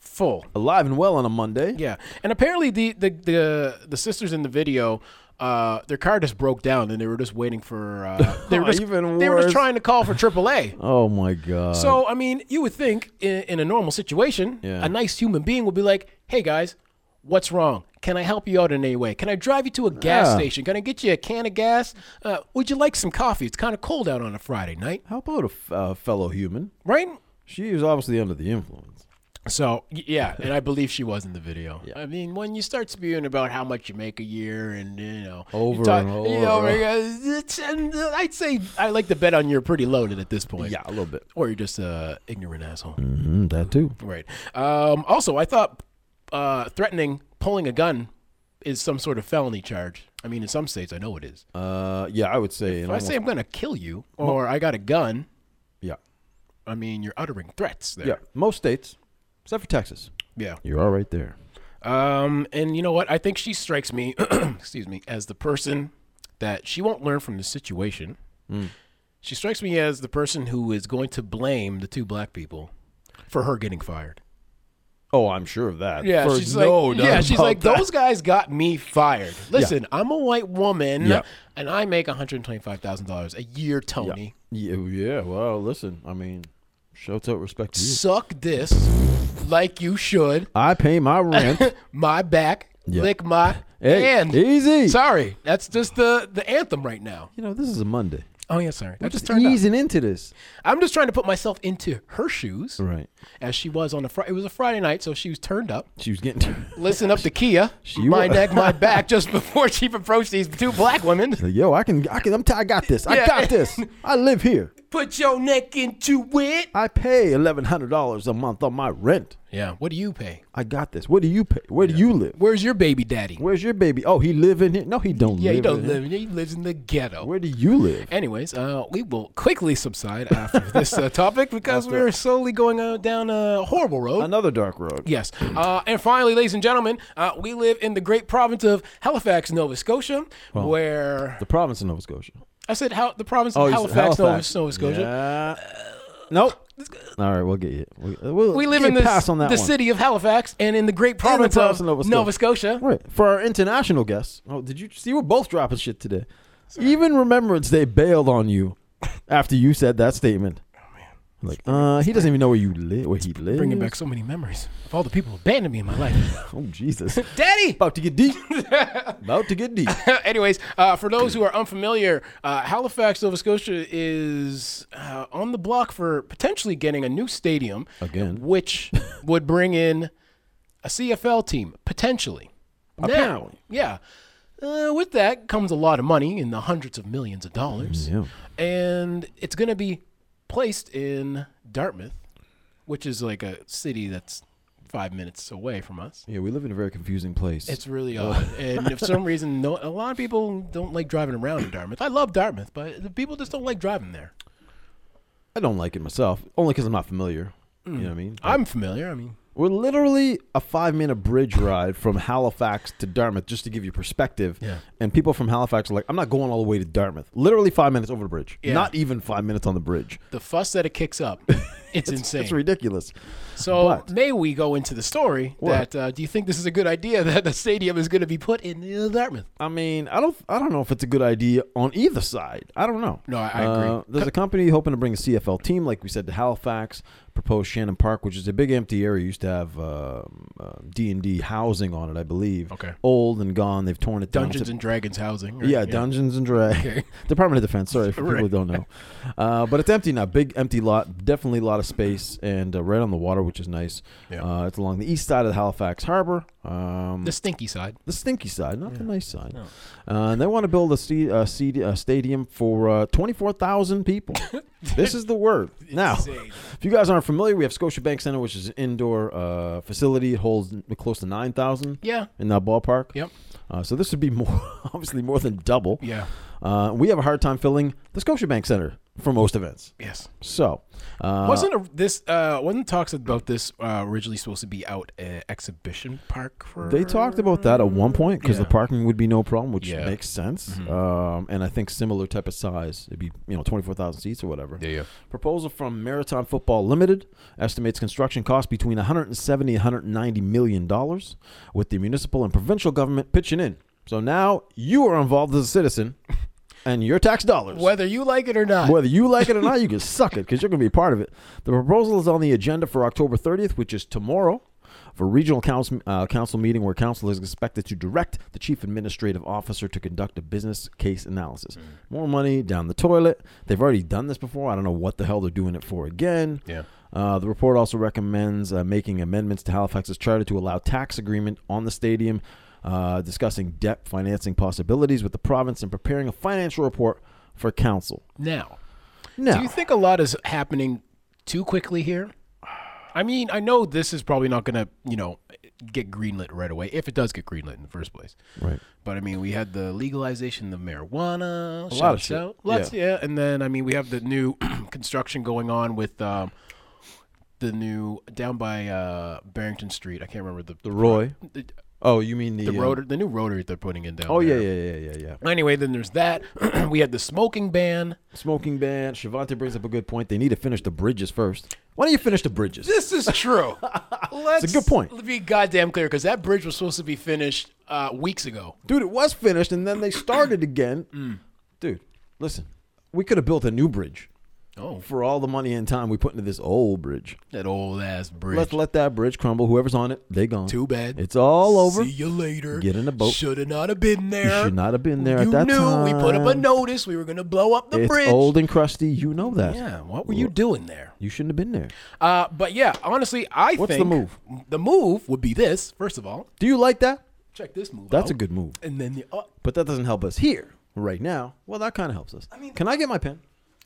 Speaker 1: full.
Speaker 2: Alive and well on a Monday.
Speaker 1: Yeah, and apparently the the the, the sisters in the video. Uh, their car just broke down, and they were just waiting for. Uh, they were
Speaker 2: Oh,
Speaker 1: just,
Speaker 2: even
Speaker 1: they were just
Speaker 2: worse.
Speaker 1: trying to call for AAA.
Speaker 2: Oh my god.
Speaker 1: so I mean, you would think in, in a normal situation,
Speaker 2: Yeah.
Speaker 1: a nice human being would be like, "Hey guys, what's wrong? Can I help you out in any way? Can I drive you to a gas
Speaker 2: Yeah.
Speaker 1: station? Can I get you a can of gas? Uh, would you like some coffee? It's kind of cold out on a Friday night,
Speaker 2: how about a f- uh, fellow human?
Speaker 1: right?"
Speaker 2: She was obviously under the influence.
Speaker 1: So y- yeah, and I believe she was in the video.
Speaker 2: Yeah.
Speaker 1: I mean, when you start spewing about how much you make a year, and you know, you
Speaker 2: Over
Speaker 1: talk-
Speaker 2: and
Speaker 1: you
Speaker 2: over.
Speaker 1: know, uh, it's- and I'd say I like to bet on you're pretty loaded at this point.
Speaker 2: a little bit.
Speaker 1: or you're just a ignorant asshole.
Speaker 2: Mm, that too.
Speaker 1: Right. Um, also, I thought uh, threatening pulling a gun is some sort of felony charge. I mean, in some states, I know it is.
Speaker 2: Uh, yeah, I would say.
Speaker 1: If
Speaker 2: in
Speaker 1: I
Speaker 2: almost-
Speaker 1: say I'm going to kill you or I got a gun,
Speaker 2: yeah,
Speaker 1: I mean, you're uttering threats there.
Speaker 2: yeah. Most states, except for Texas,
Speaker 1: Yeah.
Speaker 2: you are right there.
Speaker 1: Um, and you know what? I think she strikes me, excuse me, as the person that she won't learn from the situation.
Speaker 2: Mm.
Speaker 1: She strikes me as the person who is going to blame the two black people for her getting fired.
Speaker 2: Oh, I'm sure of that.
Speaker 1: Yeah,
Speaker 2: For
Speaker 1: she's
Speaker 2: no
Speaker 1: like,
Speaker 2: doubt
Speaker 1: yeah, she's
Speaker 2: about
Speaker 1: like,
Speaker 2: that.
Speaker 1: those guys got me fired. Listen, I'm a white woman,
Speaker 2: Yeah.
Speaker 1: and I make 125 thousand dollars a year, Tony.
Speaker 2: Yeah, oh, yeah. Well, listen. I mean, shout out respect to you.
Speaker 1: Suck this, like you should.
Speaker 2: I pay my rent.
Speaker 1: My back,
Speaker 2: Yeah.
Speaker 1: lick my
Speaker 2: hey,
Speaker 1: hand.
Speaker 2: easy.
Speaker 1: Sorry, that's just the the anthem right now.
Speaker 2: You know, this is a Monday.
Speaker 1: Oh yeah, sorry. I just
Speaker 2: Just
Speaker 1: turned up.
Speaker 2: easing into this.
Speaker 1: I'm just trying to put myself into her shoes,
Speaker 2: Right.
Speaker 1: as she was on a Friday. It was a Friday night, so she was turned up.
Speaker 2: She was getting.
Speaker 1: Listen up to Kia.
Speaker 2: She
Speaker 1: my
Speaker 2: wa-
Speaker 1: neck, my back. Just before she approached these two black women.
Speaker 2: Like, Yo, I can, I can, I'm t- I got this. I
Speaker 1: Yeah.
Speaker 2: got this. I live here.
Speaker 1: Put your neck into it.
Speaker 2: I pay eleven hundred dollars a month on my rent.
Speaker 1: Yeah. What do you pay?
Speaker 2: I got this. Where do you pay? Where do you live?
Speaker 1: Where's your baby daddy?
Speaker 2: Where's your baby? Oh, he live in here? No, he don't.
Speaker 1: yeah,
Speaker 2: live
Speaker 1: he don't
Speaker 2: in
Speaker 1: live. He lives in the ghetto.
Speaker 2: Here. Where do you live?
Speaker 1: Anyways, uh, we will quickly subside after this uh, topic because we are slowly going uh, down a horrible road.
Speaker 2: Another dark road.
Speaker 1: Yes. Uh, and finally, ladies and gentlemen, uh, we live in the great province of Halifax, Nova Scotia, where
Speaker 2: The province of Nova Scotia.
Speaker 1: I said how the province
Speaker 2: Oh,
Speaker 1: of
Speaker 2: you said
Speaker 1: Halifax,
Speaker 2: Halifax.
Speaker 1: Nova, Nova Scotia.
Speaker 2: Yeah. Nope. All right, we'll get you. We, we'll
Speaker 1: We live
Speaker 2: get
Speaker 1: in the,
Speaker 2: pass on that
Speaker 1: the
Speaker 2: one.
Speaker 1: city of Halifax and in the great province,
Speaker 2: province
Speaker 1: of
Speaker 2: of
Speaker 1: Nova
Speaker 2: Nova
Speaker 1: Scotia.
Speaker 2: Right. For our international guests. Oh, did you see? We're both dropping shit today. Even Remembrance Day bailed on you after you said that statement. Like, uh, he doesn't even know where you live. Where he lives.
Speaker 1: Bringing back so many memories of all the people who abandoned me in my life.
Speaker 2: Oh Jesus.
Speaker 1: Daddy!
Speaker 2: About to get deep. About to get deep.
Speaker 1: Anyways, uh, for those who are unfamiliar, uh, Halifax, Nova Scotia is uh, on the block for potentially getting a new stadium,
Speaker 2: Again.
Speaker 1: which would bring in a CFL team potentially. Now-
Speaker 2: Apparently.
Speaker 1: yeah. Uh, with that comes a lot of money in the hundreds of millions of dollars,
Speaker 2: Mm, Yeah.
Speaker 1: and it's going to be placed in Dartmouth, which is like a city that's five minutes away from us.
Speaker 2: Yeah, we live in a very confusing place.
Speaker 1: It's really
Speaker 2: Oh.
Speaker 1: odd. and if some reason, no, a lot of people don't like driving around in Dartmouth. I love Dartmouth, but the people just don't like driving there.
Speaker 2: I don't like it myself, only because I'm not familiar. You know what Mm. I mean?
Speaker 1: I'm familiar. I mean,
Speaker 2: We're literally a five minute bridge ride from Halifax to Dartmouth, just to give you perspective.
Speaker 1: Yeah.
Speaker 2: And people from Halifax are like, I'm not going all the way to Dartmouth. Literally five minutes over the bridge.
Speaker 1: Yeah.
Speaker 2: Not even five minutes on the bridge.
Speaker 1: the fuss that it kicks up, it's, insane.
Speaker 2: It's ridiculous.
Speaker 1: so
Speaker 2: but-
Speaker 1: may we go into the story
Speaker 2: What?
Speaker 1: that uh, do you think this is a good idea that the stadium is going to be put in uh, Dartmouth?
Speaker 2: I mean, I don't I don't know if it's a good idea on either side. I don't know.
Speaker 1: No, I- I agree.
Speaker 2: Uh, there's a company hoping to bring a CFL team, like we said, to Halifax. Proposed Shannon Park, which is a big empty area, used to have um, uh, D and D housing on it, I believe.
Speaker 1: Okay.
Speaker 2: Old and gone. They've torn it down. It's a-
Speaker 1: Dungeons and Dragons housing. right?
Speaker 2: Yeah, Dungeons and Dragons. Department of Defense. Sorry for people who don't know. Uh, but it's empty now. Big empty lot. Definitely a lot of space and uh, right on the water, which is nice.
Speaker 1: Yeah.
Speaker 2: Uh, it's along the east side of the Halifax Harbor. Um,
Speaker 1: The stinky side.
Speaker 2: the stinky side, not the nice side. Uh, and they want to build a, st- a, st- a stadium for uh, 24,000 people. this is the word. Now, if you guys aren't familiar, we have Scotiabank Center, which is an indoor uh, facility. It holds n- close to 9,000
Speaker 1: Yeah.
Speaker 2: in that ballpark.
Speaker 1: Yep.
Speaker 2: Uh, so this would be more, obviously more than double.
Speaker 1: Yeah.
Speaker 2: Uh, we have a hard time filling the Scotiabank Center for most events.
Speaker 1: Yes.
Speaker 2: So, uh,
Speaker 1: wasn't a, this uh, wasn't talks about this uh, originally supposed to be out at Exhibition Park for?
Speaker 2: they talked about that at one point because
Speaker 1: Yeah.
Speaker 2: the parking would be no problem, which
Speaker 1: Yeah. Mm-hmm.
Speaker 2: makes sense. Um, and I think similar type of size, it'd be you know twenty four thousand seats or whatever.
Speaker 1: Yeah, yeah.
Speaker 2: Proposal from Marathon Football Limited estimates construction cost between 170 and 190 million dollars, with the municipal and provincial government pitching in. So now you are involved as a citizen, and your tax dollars.
Speaker 1: whether you like it or not.
Speaker 2: Whether you like it or not, you can suck it because you're going to be a part of it. The proposal is on the agenda for October 30th, which is tomorrow, for regional council, uh, council meeting where council is expected to direct the chief administrative officer to conduct a business case analysis. More money down the toilet. They've already done this before. I don't know what the hell they're doing it for again.
Speaker 1: Yeah.
Speaker 2: Uh, the report also recommends uh, making amendments to Halifax's charter to allow tax agreement on the stadium, uh, discussing debt financing possibilities with the province, and preparing a financial report for council.
Speaker 1: Now,
Speaker 2: Now,
Speaker 1: do you think a lot is happening too quickly here? I mean, I know this is probably not going to, you know, get greenlit right away if it does get greenlit in the first place.
Speaker 2: right?
Speaker 1: But I mean, we had the legalization of marijuana, a
Speaker 2: lot of shit.
Speaker 1: Lots,
Speaker 2: Yeah.
Speaker 1: yeah. and then I mean, we have the new construction going on with um, the new down by uh, Barrington Street. I can't remember the
Speaker 2: The Roy.
Speaker 1: the,
Speaker 2: Oh, you mean the,
Speaker 1: the
Speaker 2: uh,
Speaker 1: rotary, the new rotary they're putting in down.
Speaker 2: Oh yeah,
Speaker 1: there.
Speaker 2: yeah, yeah, yeah, yeah.
Speaker 1: Anyway, then there's that. we had the smoking ban.
Speaker 2: Smoking ban. Shavante brings up a good point. They need to finish the bridges first. Why don't you finish the bridges?
Speaker 1: This is true. Let's
Speaker 2: good point.
Speaker 1: Be goddamn clear because that bridge was supposed to be finished uh, weeks ago.
Speaker 2: Dude, it was finished and then they started again. Dude, listen, we could have built a new bridge
Speaker 1: Oh,
Speaker 2: for all the money and time we put into this old bridge.
Speaker 1: that old ass bridge.
Speaker 2: Let's let that bridge crumble. Whoever's on it, they gone.
Speaker 1: Too bad.
Speaker 2: It's all over.
Speaker 1: See you later.
Speaker 2: Get in the boat.
Speaker 1: Should have not have been there.
Speaker 2: should not have been there at
Speaker 1: You
Speaker 2: that
Speaker 1: knew we put up a
Speaker 2: time.
Speaker 1: notice. We were going to blow up the
Speaker 2: it's
Speaker 1: bridge.
Speaker 2: old and crusty. You know that.
Speaker 1: Yeah, what were you doing there?
Speaker 2: You shouldn't have been there.
Speaker 1: Uh, but yeah, honestly, I
Speaker 2: What's the
Speaker 1: think
Speaker 2: move?
Speaker 1: The move would be this. First of all,
Speaker 2: Do you like that?
Speaker 1: check this move.
Speaker 2: That's a
Speaker 1: out.
Speaker 2: good move.
Speaker 1: And then the uh,
Speaker 2: But that doesn't help us here right now. Well, that kind of helps us. I mean, can I get my pen?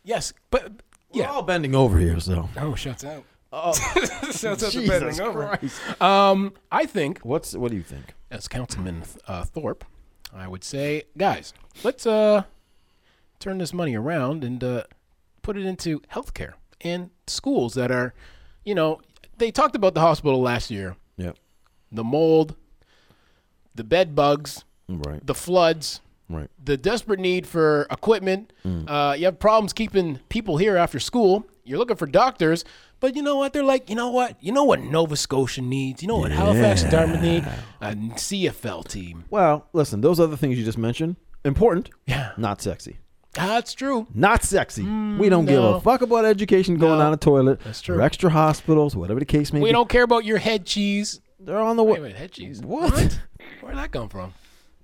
Speaker 1: yes, but
Speaker 2: We're
Speaker 1: yeah.
Speaker 2: all bending over here, so.
Speaker 1: Oh, shuts out.
Speaker 2: Oh,
Speaker 1: shuts out the
Speaker 2: Jesus
Speaker 1: bending over.
Speaker 2: Christ.
Speaker 1: Um, I think
Speaker 2: What's what do you think?
Speaker 1: as Councilman uh, Thorpe, I would say, guys, let's uh, turn this money around and uh, put it into healthcare and schools that are, you know, they talked about the hospital last year,
Speaker 2: Yeah.
Speaker 1: the mold, the bed bugs,
Speaker 2: Right.
Speaker 1: the floods,
Speaker 2: Right.
Speaker 1: the desperate need for equipment. Uh, you have problems keeping people here after school. You're looking for doctors, but you know what? They're like, you know what? You know what Nova Scotia needs? You know what Halifax and Dartmouth need? A CFL team.
Speaker 2: Well, listen, those other things you just mentioned, important,
Speaker 1: Yeah,
Speaker 2: not sexy.
Speaker 1: that's true.
Speaker 2: Not sexy. we don't give
Speaker 1: no.
Speaker 2: a fuck about education going down a toilet. Mm, That's
Speaker 1: true.
Speaker 2: Or extra hospitals, whatever the case may
Speaker 1: We
Speaker 2: be.
Speaker 1: don't care about your head cheese.
Speaker 2: They're on the
Speaker 1: Wait,
Speaker 2: way.
Speaker 1: wait, head cheese?
Speaker 2: What?
Speaker 1: Where'd that come from?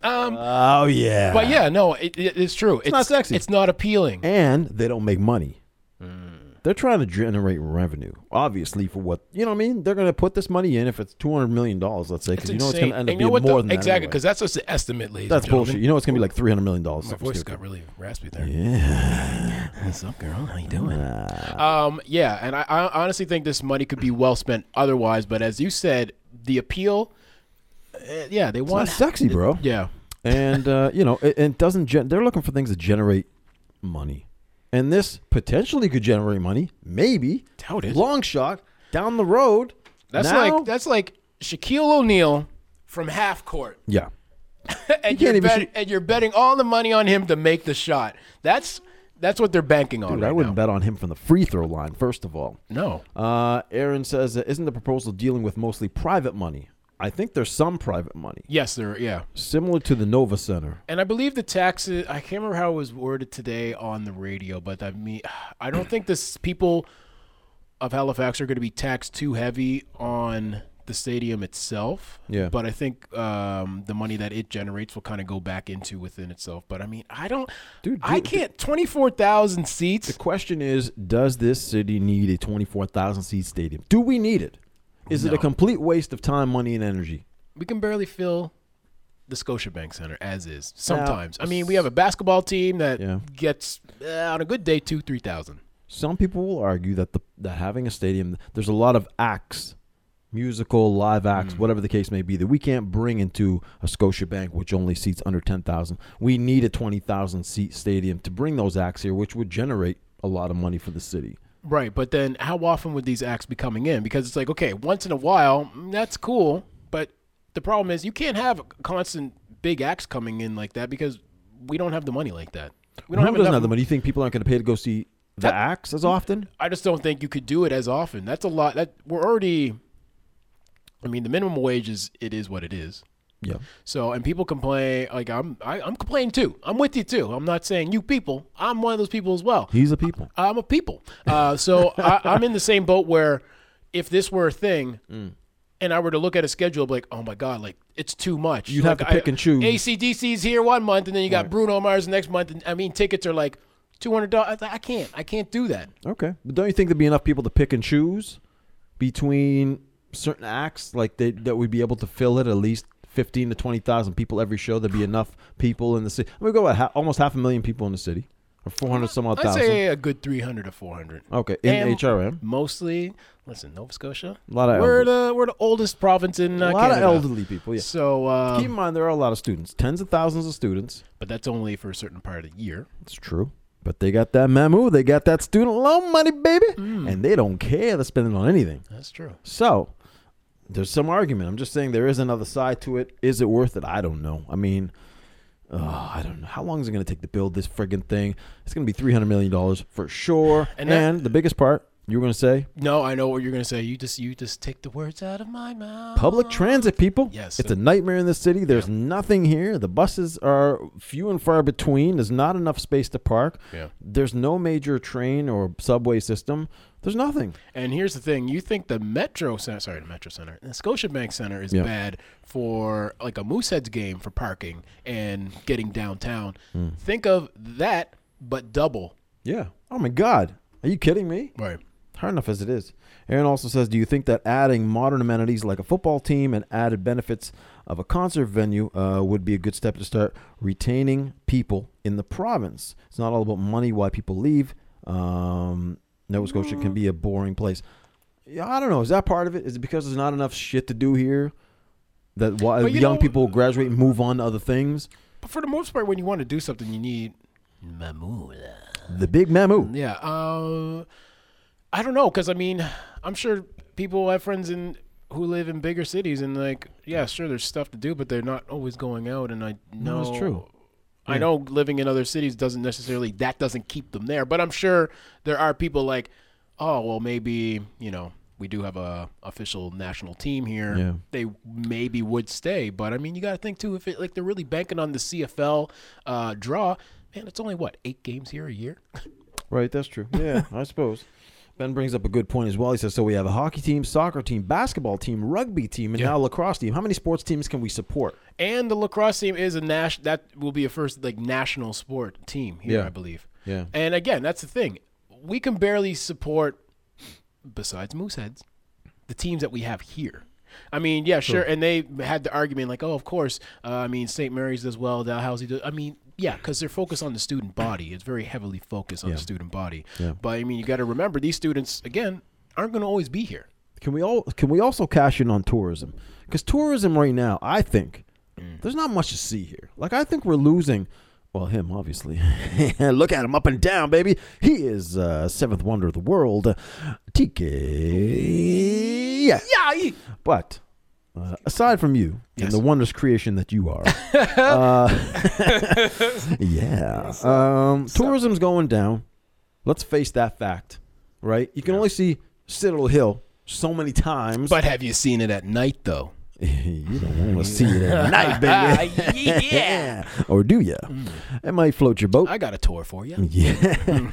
Speaker 1: Um,
Speaker 2: Oh yeah.
Speaker 1: but yeah, no, it, it- it's true. It's,
Speaker 2: not sexy.
Speaker 1: It's not appealing.
Speaker 2: And they don't make money.
Speaker 1: Hmm.
Speaker 2: They're trying to generate revenue, obviously, for what you know. what I mean, they're going to put this money in if it's two hundred million dollars, let's say, because you know it's going to
Speaker 1: insane.
Speaker 2: end
Speaker 1: And
Speaker 2: up
Speaker 1: you know
Speaker 2: being
Speaker 1: what
Speaker 2: more
Speaker 1: the-
Speaker 2: than that.
Speaker 1: exactly
Speaker 2: anyway.
Speaker 1: because that's just an estimate, ladies.
Speaker 2: that's
Speaker 1: and gentlemen.
Speaker 2: bullshit. You know it's going to be like three hundred million dollars.
Speaker 1: My voice got really raspy there.
Speaker 2: Yeah.
Speaker 1: What's up, girl? How you doing? Um, yeah, and I, I honestly think this money could be well spent otherwise. But as you said, the appeal, uh, yeah, they
Speaker 2: Not
Speaker 1: want.
Speaker 2: sexy, bro.
Speaker 1: Yeah,
Speaker 2: and uh, you know it, it doesn't gen- they're looking for things that generate money and this potentially could generate money maybe
Speaker 1: Doubt it.
Speaker 2: long shot down the road
Speaker 1: that's
Speaker 2: Now-
Speaker 1: like that's like Shaquille O'Neal from half court.
Speaker 2: yeah
Speaker 1: and
Speaker 2: He
Speaker 1: you're,
Speaker 2: can't even
Speaker 1: bet-
Speaker 2: shoot.
Speaker 1: and you're betting all the money on him to make the shot. That's that's what they're banking on
Speaker 2: Dude,
Speaker 1: right
Speaker 2: i wouldn't
Speaker 1: now.
Speaker 2: bet on him from the free throw line first of all
Speaker 1: no,
Speaker 2: uh, aaron says uh, isn't the proposal dealing with mostly private money i think there's some private money
Speaker 1: yes, there. Yeah,
Speaker 2: similar to the nova center
Speaker 1: and I believe the taxes. I can't remember how it was worded today on the radio, but I mean, I don't think this people of Halifax are going to be taxed too heavy on the stadium itself.
Speaker 2: Yeah.
Speaker 1: But I think um, the money that it generates will kind of go back into within itself. But I mean, I don't.
Speaker 2: Dude,
Speaker 1: I
Speaker 2: do-
Speaker 1: can't. Twenty four thousand seats.
Speaker 2: the question is does this city need a 24000 seat stadium do we need it is it a complete waste of time money and energy
Speaker 1: we can barely fill the Scotiabank Center as is. Sometimes, I mean, we have a basketball team that
Speaker 2: Yeah.
Speaker 1: gets uh, on a good day two, three thousand.
Speaker 2: Some people will argue that the that having a stadium, there's a lot of acts, musical, live
Speaker 1: Mm.
Speaker 2: acts, whatever the case may be, that we can't bring into a Scotiabank, which only seats under ten thousand. We need a twenty thousand seat stadium to bring those acts here, which would generate a lot of money for the city.
Speaker 1: Right, but then how often would these acts be coming in? Because it's like, okay, once in a while, mm, that's cool, but the problem is you can't have constant big acts coming in like that because we don't have the money like that. We don't
Speaker 2: Who
Speaker 1: have
Speaker 2: doesn't
Speaker 1: enough.
Speaker 2: have the money? You think people aren't going to pay to go see the acts as often?
Speaker 1: I just don't think you could do it as often. That's a lot. That we're already. I mean, the minimum wage is it is what it is.
Speaker 2: Yeah.
Speaker 1: So and people complain like I'm I, I'm complaining too. I'm with you too. I'm not saying you people. I'm one of those people as well.
Speaker 2: He's a people.
Speaker 1: I'm a people. Uh, so I, I'm in the same boat where if this were a thing.
Speaker 2: Mm.
Speaker 1: And I were to look at a schedule, I'd be like, oh my god, like it's too much.
Speaker 2: You'd have
Speaker 1: Like,
Speaker 2: to pick
Speaker 1: I-
Speaker 2: and choose.
Speaker 1: ACDC's here one month, and then you got Bruno Mars the next month. And I mean, tickets are like two hundred dollars. I can't. I can't do that.
Speaker 2: Okay, but don't you think there'd be enough people to pick and choose between certain acts, like they, that would be able to fill it at least fifteen to twenty thousand people every show? There'd be enough people in the city. I mean, we go about ha- almost half a million people in the city, or four hundred some odd
Speaker 1: I'd
Speaker 2: thousand.
Speaker 1: say a good three hundred to four hundred.
Speaker 2: okay, in
Speaker 1: And-
Speaker 2: HRM,
Speaker 1: Mostly, listen, Nova Scotia.
Speaker 2: a lot of
Speaker 1: We're
Speaker 2: elderly,
Speaker 1: the we're the oldest province in uh,
Speaker 2: a lot of
Speaker 1: Canada.
Speaker 2: elderly people. Yeah.
Speaker 1: So,
Speaker 2: Keep in
Speaker 1: um,
Speaker 2: mind, there are a lot of students, tens of thousands of students.
Speaker 1: but that's only for a certain part of the year.
Speaker 2: It's true. But they got that mamu, they got that student loan money, baby,
Speaker 1: Mm.
Speaker 2: and they don't care. They're spending on anything.
Speaker 1: That's true.
Speaker 2: So there's some argument. I'm just saying there is another side to it. Is it worth it? I don't know. I mean, uh, I don't know. How long is it going to take to build this friggin' thing? It's going to be $300 million for sure.
Speaker 1: And
Speaker 2: And,
Speaker 1: that-
Speaker 2: the biggest part, you were going to say
Speaker 1: No, I know what you're gonna say. You just you just take the words out of my mouth.
Speaker 2: public transit, people.
Speaker 1: Yes.
Speaker 2: It's a nightmare in this city. There's nothing here. The buses are few and far between. There's not enough space to park.
Speaker 1: Yeah.
Speaker 2: There's no major train or subway system. There's nothing.
Speaker 1: And here's the thing: you think the Metro Center, sorry, the Metro Center, the Scotiabank Center is
Speaker 2: Yeah.
Speaker 1: bad for like a Mooseheads game for parking and getting downtown.
Speaker 2: Hmm.
Speaker 1: Think of that, but double.
Speaker 2: Yeah. Oh, my God. Are you kidding me?
Speaker 1: Right.
Speaker 2: Hard enough as it is. Aaron also says, "Do you think that adding modern amenities like a football team and added benefits of a concert venue uh, would be a good step to start retaining people in the province? It's not all about money. Why people leave? Um, Nova Scotia can be a boring place. Yeah, I don't know. Is that part of it? Is it because there's not enough shit to do here that why
Speaker 1: But you
Speaker 2: young
Speaker 1: know-
Speaker 2: people graduate and move on to other things?
Speaker 1: But for the most part, when you want to do something, you need Mamula.
Speaker 2: The big mamu.
Speaker 1: Yeah. Uh, I don't know, because I mean, I'm sure people have friends in who live in bigger cities, and like, yeah, sure, there's stuff to do, but they're not always going out. And I know
Speaker 2: that's true.
Speaker 1: I know living in other cities doesn't necessarily that doesn't keep them there, but I'm sure there are people like, oh, well, maybe you know. We do have a official national team here.
Speaker 2: Yeah.
Speaker 1: They maybe would stay, but I mean, you got to think too. If it like they're really banking on the CFL uh, draw, man, it's only what eight games here a year.
Speaker 2: Right, that's true. Yeah, I suppose. Ben brings up a good point as well. He says, so we have a hockey team, soccer team, basketball team, rugby team, and now lacrosse team. How many sports teams can we support?
Speaker 1: And the lacrosse team is a nash that will be a first like national sport team here,
Speaker 2: Yeah.
Speaker 1: I believe.
Speaker 2: Yeah.
Speaker 1: And again, that's the thing. We can barely support besides Mooseheads, the teams that we have here. I mean, yeah, sure. And they had the argument like, oh, of course. Uh, I mean, St. Mary's does well. Dalhousie does. I mean, yeah, because they're focused on the student body. It's very heavily focused on the student body.
Speaker 2: Yeah.
Speaker 1: But I mean, you got to remember these students again aren't going to always be here.
Speaker 2: Can we all can we also cash in on tourism? Because tourism right now, I think there's not much to see here. Like I think we're losing. Well, him obviously. Look at him up and down, baby. He is uh, seventh wonder of the world, TK. Yeah.
Speaker 1: Yeah.
Speaker 2: But uh, aside from you
Speaker 1: Yes.
Speaker 2: and the wondrous creation that you are, uh, yeah, um, tourism's going down. Let's face that fact, right? You can only see Citadel Hill so many times.
Speaker 1: But have you seen it at night though? Ah,
Speaker 2: you don't want to see it at night, baby.
Speaker 1: yeah. Mm.
Speaker 2: or do ya? It might float your boat.
Speaker 1: I Mm. got a tour for you.
Speaker 2: Yeah,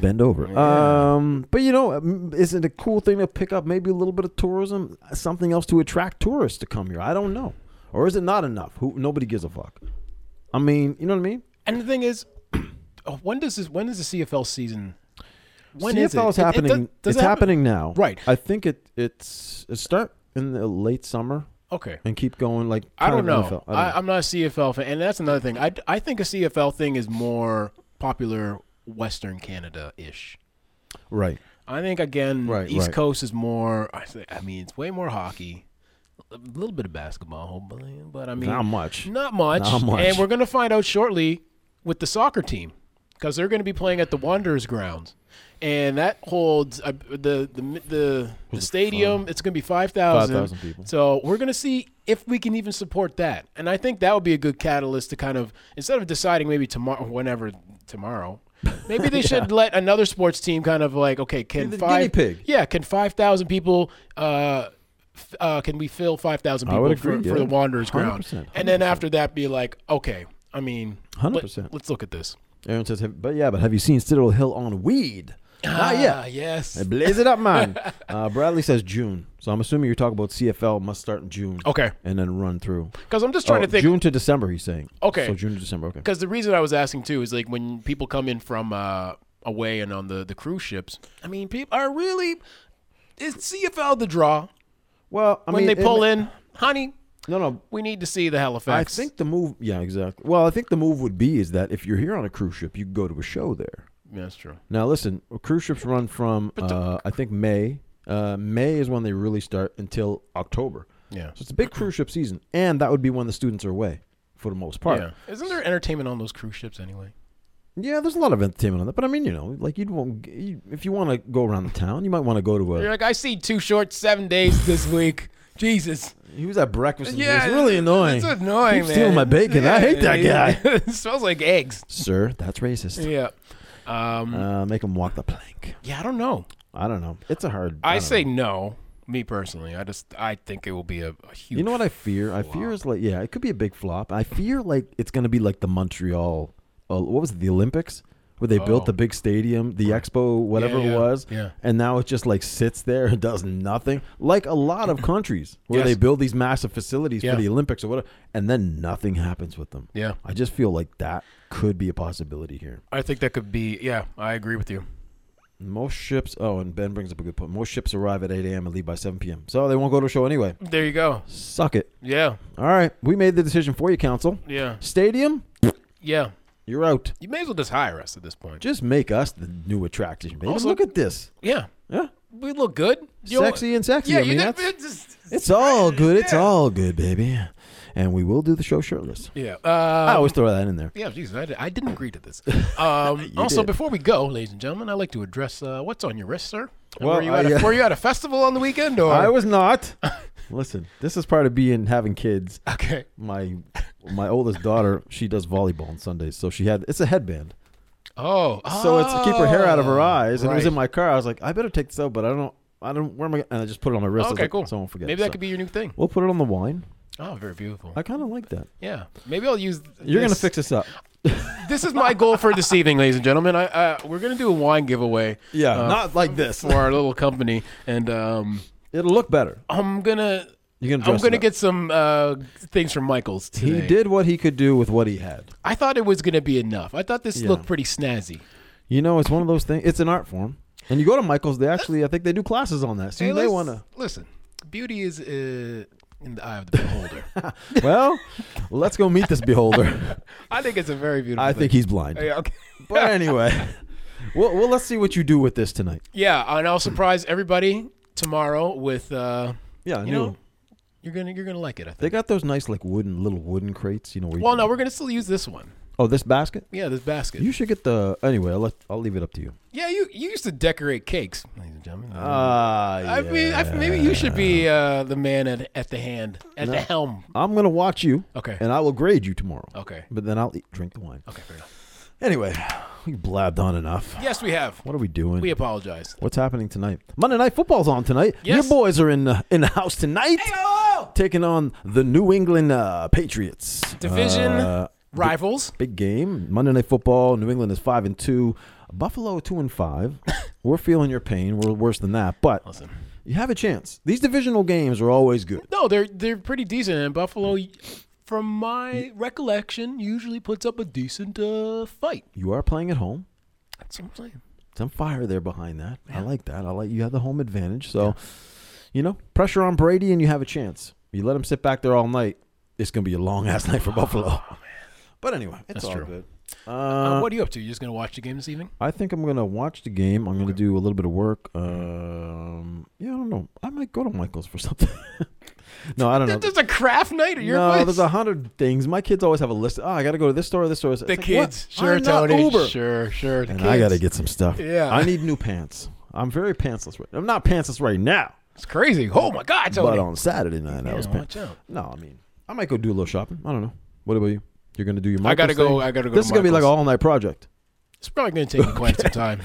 Speaker 2: bend over. Um, but you know, m- is it a cool thing to pick up maybe a little bit of tourism, something else to attract tourists to come here? I don't know, or is it not enough? Who nobody gives a fuck. I mean, you know what I mean?
Speaker 1: And the thing is, oh, when does this? When is the CFL season? When
Speaker 2: CFL
Speaker 1: is
Speaker 2: is happening.
Speaker 1: does
Speaker 2: it's
Speaker 1: it happen-
Speaker 2: happening now,
Speaker 1: Right.
Speaker 2: I think it it's it start in the late summer
Speaker 1: Okay.
Speaker 2: and keep going like
Speaker 1: I don't
Speaker 2: kind of
Speaker 1: know.
Speaker 2: NFL. I don't
Speaker 1: I, I'm not a CFL fan, and that's another thing. I, I think a CFL thing is more popular Western Canada ish.
Speaker 2: right.
Speaker 1: I think again,
Speaker 2: Right,
Speaker 1: East
Speaker 2: right.
Speaker 1: Coast is more. I, th- I mean, it's way more hockey, a little bit of basketball, hopefully, but I mean,
Speaker 2: Not much.
Speaker 1: Not much.
Speaker 2: Not much.
Speaker 1: And we're going to find out shortly with the soccer team because they're going to be playing at the Wanderers grounds, and that holds uh, the the the, the stadium. It's going to be five thousand
Speaker 2: 5,000 people.
Speaker 1: So we're going to see if we can even support that, and I think that would be a good catalyst to kind of instead of deciding maybe tomorrow, whenever tomorrow. Maybe they should let another sports team kind of like okay, can
Speaker 2: Be the
Speaker 1: five
Speaker 2: guinea pig.
Speaker 1: yeah, can five thousand people uh, f- uh, can we fill five thousand
Speaker 2: I
Speaker 1: people
Speaker 2: would
Speaker 1: for,
Speaker 2: agree,
Speaker 1: for the
Speaker 2: yeah.
Speaker 1: Wanderers ground?
Speaker 2: 100%,
Speaker 1: And then after that, be like, okay, I mean, let,
Speaker 2: 100%.
Speaker 1: us look at this.
Speaker 2: Aaron says, "Have- but yeah, but have you seen Citadel Hill on weed? Not yet.
Speaker 1: Ah, yes.
Speaker 2: Hey, Blaze it up, man. uh, Bradley says June, so I'm assuming you're talking about CFL must start in June.
Speaker 1: Okay.
Speaker 2: and then run through.
Speaker 1: Because I'm just trying
Speaker 2: Oh,
Speaker 1: to think.
Speaker 2: June to December, he's saying.
Speaker 1: Okay.
Speaker 2: so June to December. Okay.
Speaker 1: Because the reason I was asking too is like when people come in from uh, away and on the, the cruise ships, I mean, people are really. Is CFL the draw?
Speaker 2: Well, I
Speaker 1: When
Speaker 2: mean,
Speaker 1: they
Speaker 2: it
Speaker 1: pull
Speaker 2: ma-
Speaker 1: in, honey,
Speaker 2: No, no.
Speaker 1: we need to see the
Speaker 2: I
Speaker 1: Halifax.
Speaker 2: think the move. Yeah, exactly. Well, I think the move would be is that if you're here on a cruise ship, you can go to a show there.
Speaker 1: Yeah, that's true.
Speaker 2: Now, listen, cruise ships run from uh, I think May. Uh, May is when they really start until October.
Speaker 1: Yeah.
Speaker 2: So it's a big cruise ship season, and that would be when the students are away for the most part.
Speaker 1: Yeah. Isn't there entertainment on those cruise ships anyway?
Speaker 2: Yeah, there's a lot of entertainment on that, but I mean, you know, like you'd want you- if you want to go around the town, you might want to go to
Speaker 1: You're
Speaker 2: a.
Speaker 1: like, I see two short seven days this week. Jesus.
Speaker 2: He was at breakfast. And
Speaker 1: Yeah,
Speaker 2: it's really annoying.
Speaker 1: It's annoying,
Speaker 2: Keep
Speaker 1: man.
Speaker 2: stealing my bacon. I hate that guy.
Speaker 1: it smells like eggs.
Speaker 2: Sir, that's racist.
Speaker 1: Yeah. Um,
Speaker 2: Uh, make him walk the plank.
Speaker 1: yeah, I don't know.
Speaker 2: I don't know. It's a hard.
Speaker 1: I,
Speaker 2: don't
Speaker 1: say
Speaker 2: know.
Speaker 1: no. Me personally, I just I think it will be a, a huge.
Speaker 2: You know what I fear? I fear is like yeah, it could be a big flop. I fear like it's gonna be like the Montreal. Uh, what was it? The Olympics where they
Speaker 1: Oh.
Speaker 2: built the big stadium, the Expo, whatever
Speaker 1: yeah.
Speaker 2: it was.
Speaker 1: Yeah.
Speaker 2: And now it just like sits there and does nothing. Like a lot of countries where
Speaker 1: Yes.
Speaker 2: they build these massive facilities
Speaker 1: Yeah.
Speaker 2: for the Olympics or whatever, and then nothing happens with them.
Speaker 1: Yeah.
Speaker 2: I just feel like that could be a possibility here.
Speaker 1: I think that could be. Yeah, I agree with you.
Speaker 2: Most ships. Oh, and Ben brings up a good point. Most ships arrive at 8 a.m. and leave by 7 p.m. So they won't go to a show anyway.
Speaker 1: There you go.
Speaker 2: Suck it.
Speaker 1: Yeah,
Speaker 2: All right, we made the decision for you, Council.
Speaker 1: yeah,
Speaker 2: Stadium,
Speaker 1: yeah.
Speaker 2: you're out.
Speaker 1: You may as well just hire us at this point.
Speaker 2: Just make us the new attraction, baby.
Speaker 1: Also-
Speaker 2: Look at this.
Speaker 1: Yeah,
Speaker 2: Yeah,
Speaker 1: we look good. You know-
Speaker 2: sexy and sexy.
Speaker 1: Yeah,
Speaker 2: I
Speaker 1: you
Speaker 2: mean,
Speaker 1: did-
Speaker 2: that's-
Speaker 1: it's just-
Speaker 2: it's all good. It's
Speaker 1: Yeah.
Speaker 2: all good, baby. And we will do the show shirtless.
Speaker 1: Yeah.
Speaker 2: I
Speaker 1: Uh,
Speaker 2: always throw that in there.
Speaker 1: yeah, Jesus, I, did, I didn't agree to this. Um, also,
Speaker 2: did.
Speaker 1: before we go, ladies and gentlemen, I'd like to address uh, what's on your wrist, sir. And
Speaker 2: Well,
Speaker 1: were you,
Speaker 2: I,
Speaker 1: at a,
Speaker 2: uh,
Speaker 1: were you at a festival on the weekend? Or
Speaker 2: I was not. Listen, this is part of being having kids.
Speaker 1: okay.
Speaker 2: My my oldest daughter, she does volleyball on Sundays, so she had it's a headband.
Speaker 1: Oh,
Speaker 2: So it's to keep her hair out of her
Speaker 1: oh,
Speaker 2: eyes. And it was
Speaker 1: right.
Speaker 2: in my car. I was like, I better take this out, but I don't know. I don't. Where am I? gonna-" And I just put it on my wrist. I was
Speaker 1: Okay,
Speaker 2: like,
Speaker 1: cool.
Speaker 2: So I won't forget.
Speaker 1: Maybe
Speaker 2: So
Speaker 1: that could be your new thing.
Speaker 2: We'll put it on the wine.
Speaker 1: Oh, very beautiful.
Speaker 2: I kind of like that.
Speaker 1: Yeah. Maybe I'll use.
Speaker 2: You're gonna
Speaker 1: this.
Speaker 2: fix this up.
Speaker 1: This is my goal for this evening, ladies and gentlemen. I uh, we're gonna do a wine giveaway.
Speaker 2: Yeah,
Speaker 1: uh,
Speaker 2: not like this.
Speaker 1: for our little company, and um,
Speaker 2: It'll look better.
Speaker 1: I'm gonna.
Speaker 2: You're gonna.
Speaker 1: I'm
Speaker 2: dress it
Speaker 1: gonna
Speaker 2: up.
Speaker 1: get some uh, things from Michaels today.
Speaker 2: He did what he could do with what he had.
Speaker 1: I thought it was gonna be enough. I thought this
Speaker 2: Yeah.
Speaker 1: looked pretty snazzy.
Speaker 2: You know, it's one of those things. It's an art form. And you go to Michael's. They actually, I think they do classes on that. So
Speaker 1: Hey,
Speaker 2: you may
Speaker 1: let's-
Speaker 2: want to.
Speaker 1: listen. Beauty is uh, in the eye of the beholder.
Speaker 2: Well, let's go meet this beholder.
Speaker 1: I think it's a very beautiful.
Speaker 2: I think he's blind.
Speaker 1: Yeah, okay.
Speaker 2: But anyway, well, well, let's see what you do with this tonight.
Speaker 1: Yeah, and I'll surprise everybody tomorrow with. Uh,
Speaker 2: Yeah, I
Speaker 1: you
Speaker 2: knew
Speaker 1: know,
Speaker 2: him.
Speaker 1: you're gonna you're gonna like it. I
Speaker 2: They
Speaker 1: think.
Speaker 2: got those nice like wooden little wooden crates, you know. Where you
Speaker 1: Well,
Speaker 2: can-
Speaker 1: no, we're gonna still use this one.
Speaker 2: oh, this basket.
Speaker 1: Yeah, this basket.
Speaker 2: You should get the anyway. I'll, let, I'll leave it up to you.
Speaker 1: Yeah, you, you used to decorate cakes, ladies and gentlemen.
Speaker 2: Ah,
Speaker 1: I mean, I, maybe you should be uh, the man at, at the hand, at the helm.
Speaker 2: I'm gonna watch you.
Speaker 1: Okay.
Speaker 2: And I will grade you tomorrow.
Speaker 1: Okay.
Speaker 2: But then I'll eat, drink the wine.
Speaker 1: Okay, fair enough.
Speaker 2: Anyway, we blabbed on enough.
Speaker 1: Yes, we have.
Speaker 2: What are we doing?
Speaker 1: We apologize.
Speaker 2: What's happening tonight? Monday night football's on tonight.
Speaker 1: Yes. oh!
Speaker 2: Your boys are in uh, in the house tonight, taking on the New England uh, Patriots.
Speaker 1: Division
Speaker 2: Uh,
Speaker 1: rivals.
Speaker 2: Big game. Monday Night Football. New England is five and two. Buffalo two and five. We're feeling your pain. We're worse than that, but
Speaker 1: Listen.
Speaker 2: you have a chance. These divisional games are always good.
Speaker 1: No, they're they're pretty decent, and Buffalo, from my recollection, usually puts up a decent uh, fight.
Speaker 2: You are playing at home.
Speaker 1: That's what I'm saying.
Speaker 2: Some fire there behind that. I like that. I like you have the home advantage. So, you know, pressure on Brady and you have a chance. You let him sit back there all night. It's gonna be a long ass night for Buffalo. But anyway, it's
Speaker 1: Oh, That's
Speaker 2: all
Speaker 1: true.
Speaker 2: good.
Speaker 1: Uh,
Speaker 2: Uh,
Speaker 1: what are you up to? You're just gonna watch the game this evening?
Speaker 2: I think I'm gonna watch the game. I'm gonna do a little bit of work. Um, yeah, I don't know. I might go to Michael's for something. no, I don't know.
Speaker 1: There's a craft night at your
Speaker 2: no,
Speaker 1: place.
Speaker 2: there's a hundred things. My kids always have a list. Oh, I gotta go to this store, this store. It's
Speaker 1: the
Speaker 2: like, what?
Speaker 1: kids, sure,
Speaker 2: I'm not
Speaker 1: Tony,
Speaker 2: Uber.
Speaker 1: sure, sure. The
Speaker 2: And
Speaker 1: kids.
Speaker 2: I gotta get some stuff.
Speaker 1: Yeah.
Speaker 2: I need new pants. I'm very pantsless right. I'm not pantsless right now,
Speaker 1: It's crazy. Oh my God, Tony.
Speaker 2: but on Saturday night I
Speaker 1: Yeah,
Speaker 2: was
Speaker 1: watch
Speaker 2: pants.
Speaker 1: out.
Speaker 2: No, I mean I might go do a little shopping. I don't know. What about you? You're gonna do your. Michael's
Speaker 1: I gotta go.
Speaker 2: thing?
Speaker 1: I gotta go.
Speaker 2: This
Speaker 1: to
Speaker 2: is gonna be like an
Speaker 1: Michael's.
Speaker 2: all night project.
Speaker 1: It's probably gonna take me quite some time.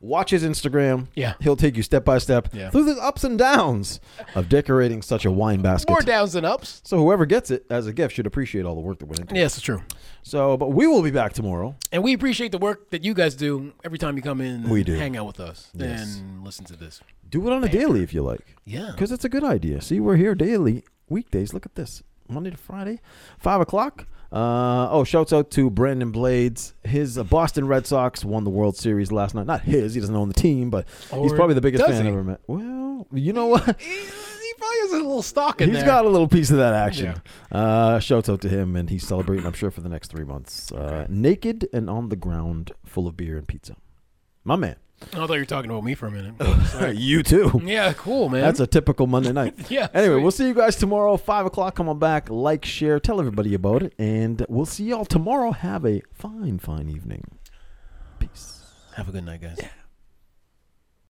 Speaker 2: Watch his Instagram.
Speaker 1: Yeah.
Speaker 2: He'll take you step by step
Speaker 1: Yeah.
Speaker 2: through the ups and downs of decorating such a wine basket.
Speaker 1: More downs than ups.
Speaker 2: so whoever gets it as a gift should appreciate all the work that went into it.
Speaker 1: Yes, it's true.
Speaker 2: So, but we will be back tomorrow.
Speaker 1: And we appreciate the work that you guys do every time you come in.
Speaker 2: We
Speaker 1: and
Speaker 2: do.
Speaker 1: Hang out with us
Speaker 2: Yes.
Speaker 1: and listen to this.
Speaker 2: Do it on a daily if you like.
Speaker 1: Yeah.
Speaker 2: Because it's a good idea. See, we're here daily, weekdays. Look at this. Monday to Friday, 5 o'clock. Uh, oh, shouts out to Brandon Blades. His uh, Boston Red Sox won the World Series last night. Not his. He doesn't own the team, but he's
Speaker 1: Or
Speaker 2: probably the biggest
Speaker 1: does Oh,
Speaker 2: fan
Speaker 1: he?
Speaker 2: I've ever met. Well, you know what?
Speaker 1: He, he probably has a little stock in
Speaker 2: He's
Speaker 1: there.
Speaker 2: got a little piece of that action. Uh, shouts out to him, and he's celebrating, I'm sure, for the next three months. Uh, naked and on the ground, full of beer and pizza. My man.
Speaker 1: I thought you were talking about me for a minute.
Speaker 2: you too.
Speaker 1: yeah, cool, man.
Speaker 2: That's a typical Monday night.
Speaker 1: yeah.
Speaker 2: Anyway,
Speaker 1: sweet.
Speaker 2: we'll see you guys tomorrow, 5 o'clock. Come on back, like, share, tell everybody about it. And we'll see y'all tomorrow. Have a fine, fine evening. Peace.
Speaker 1: have a good night, guys.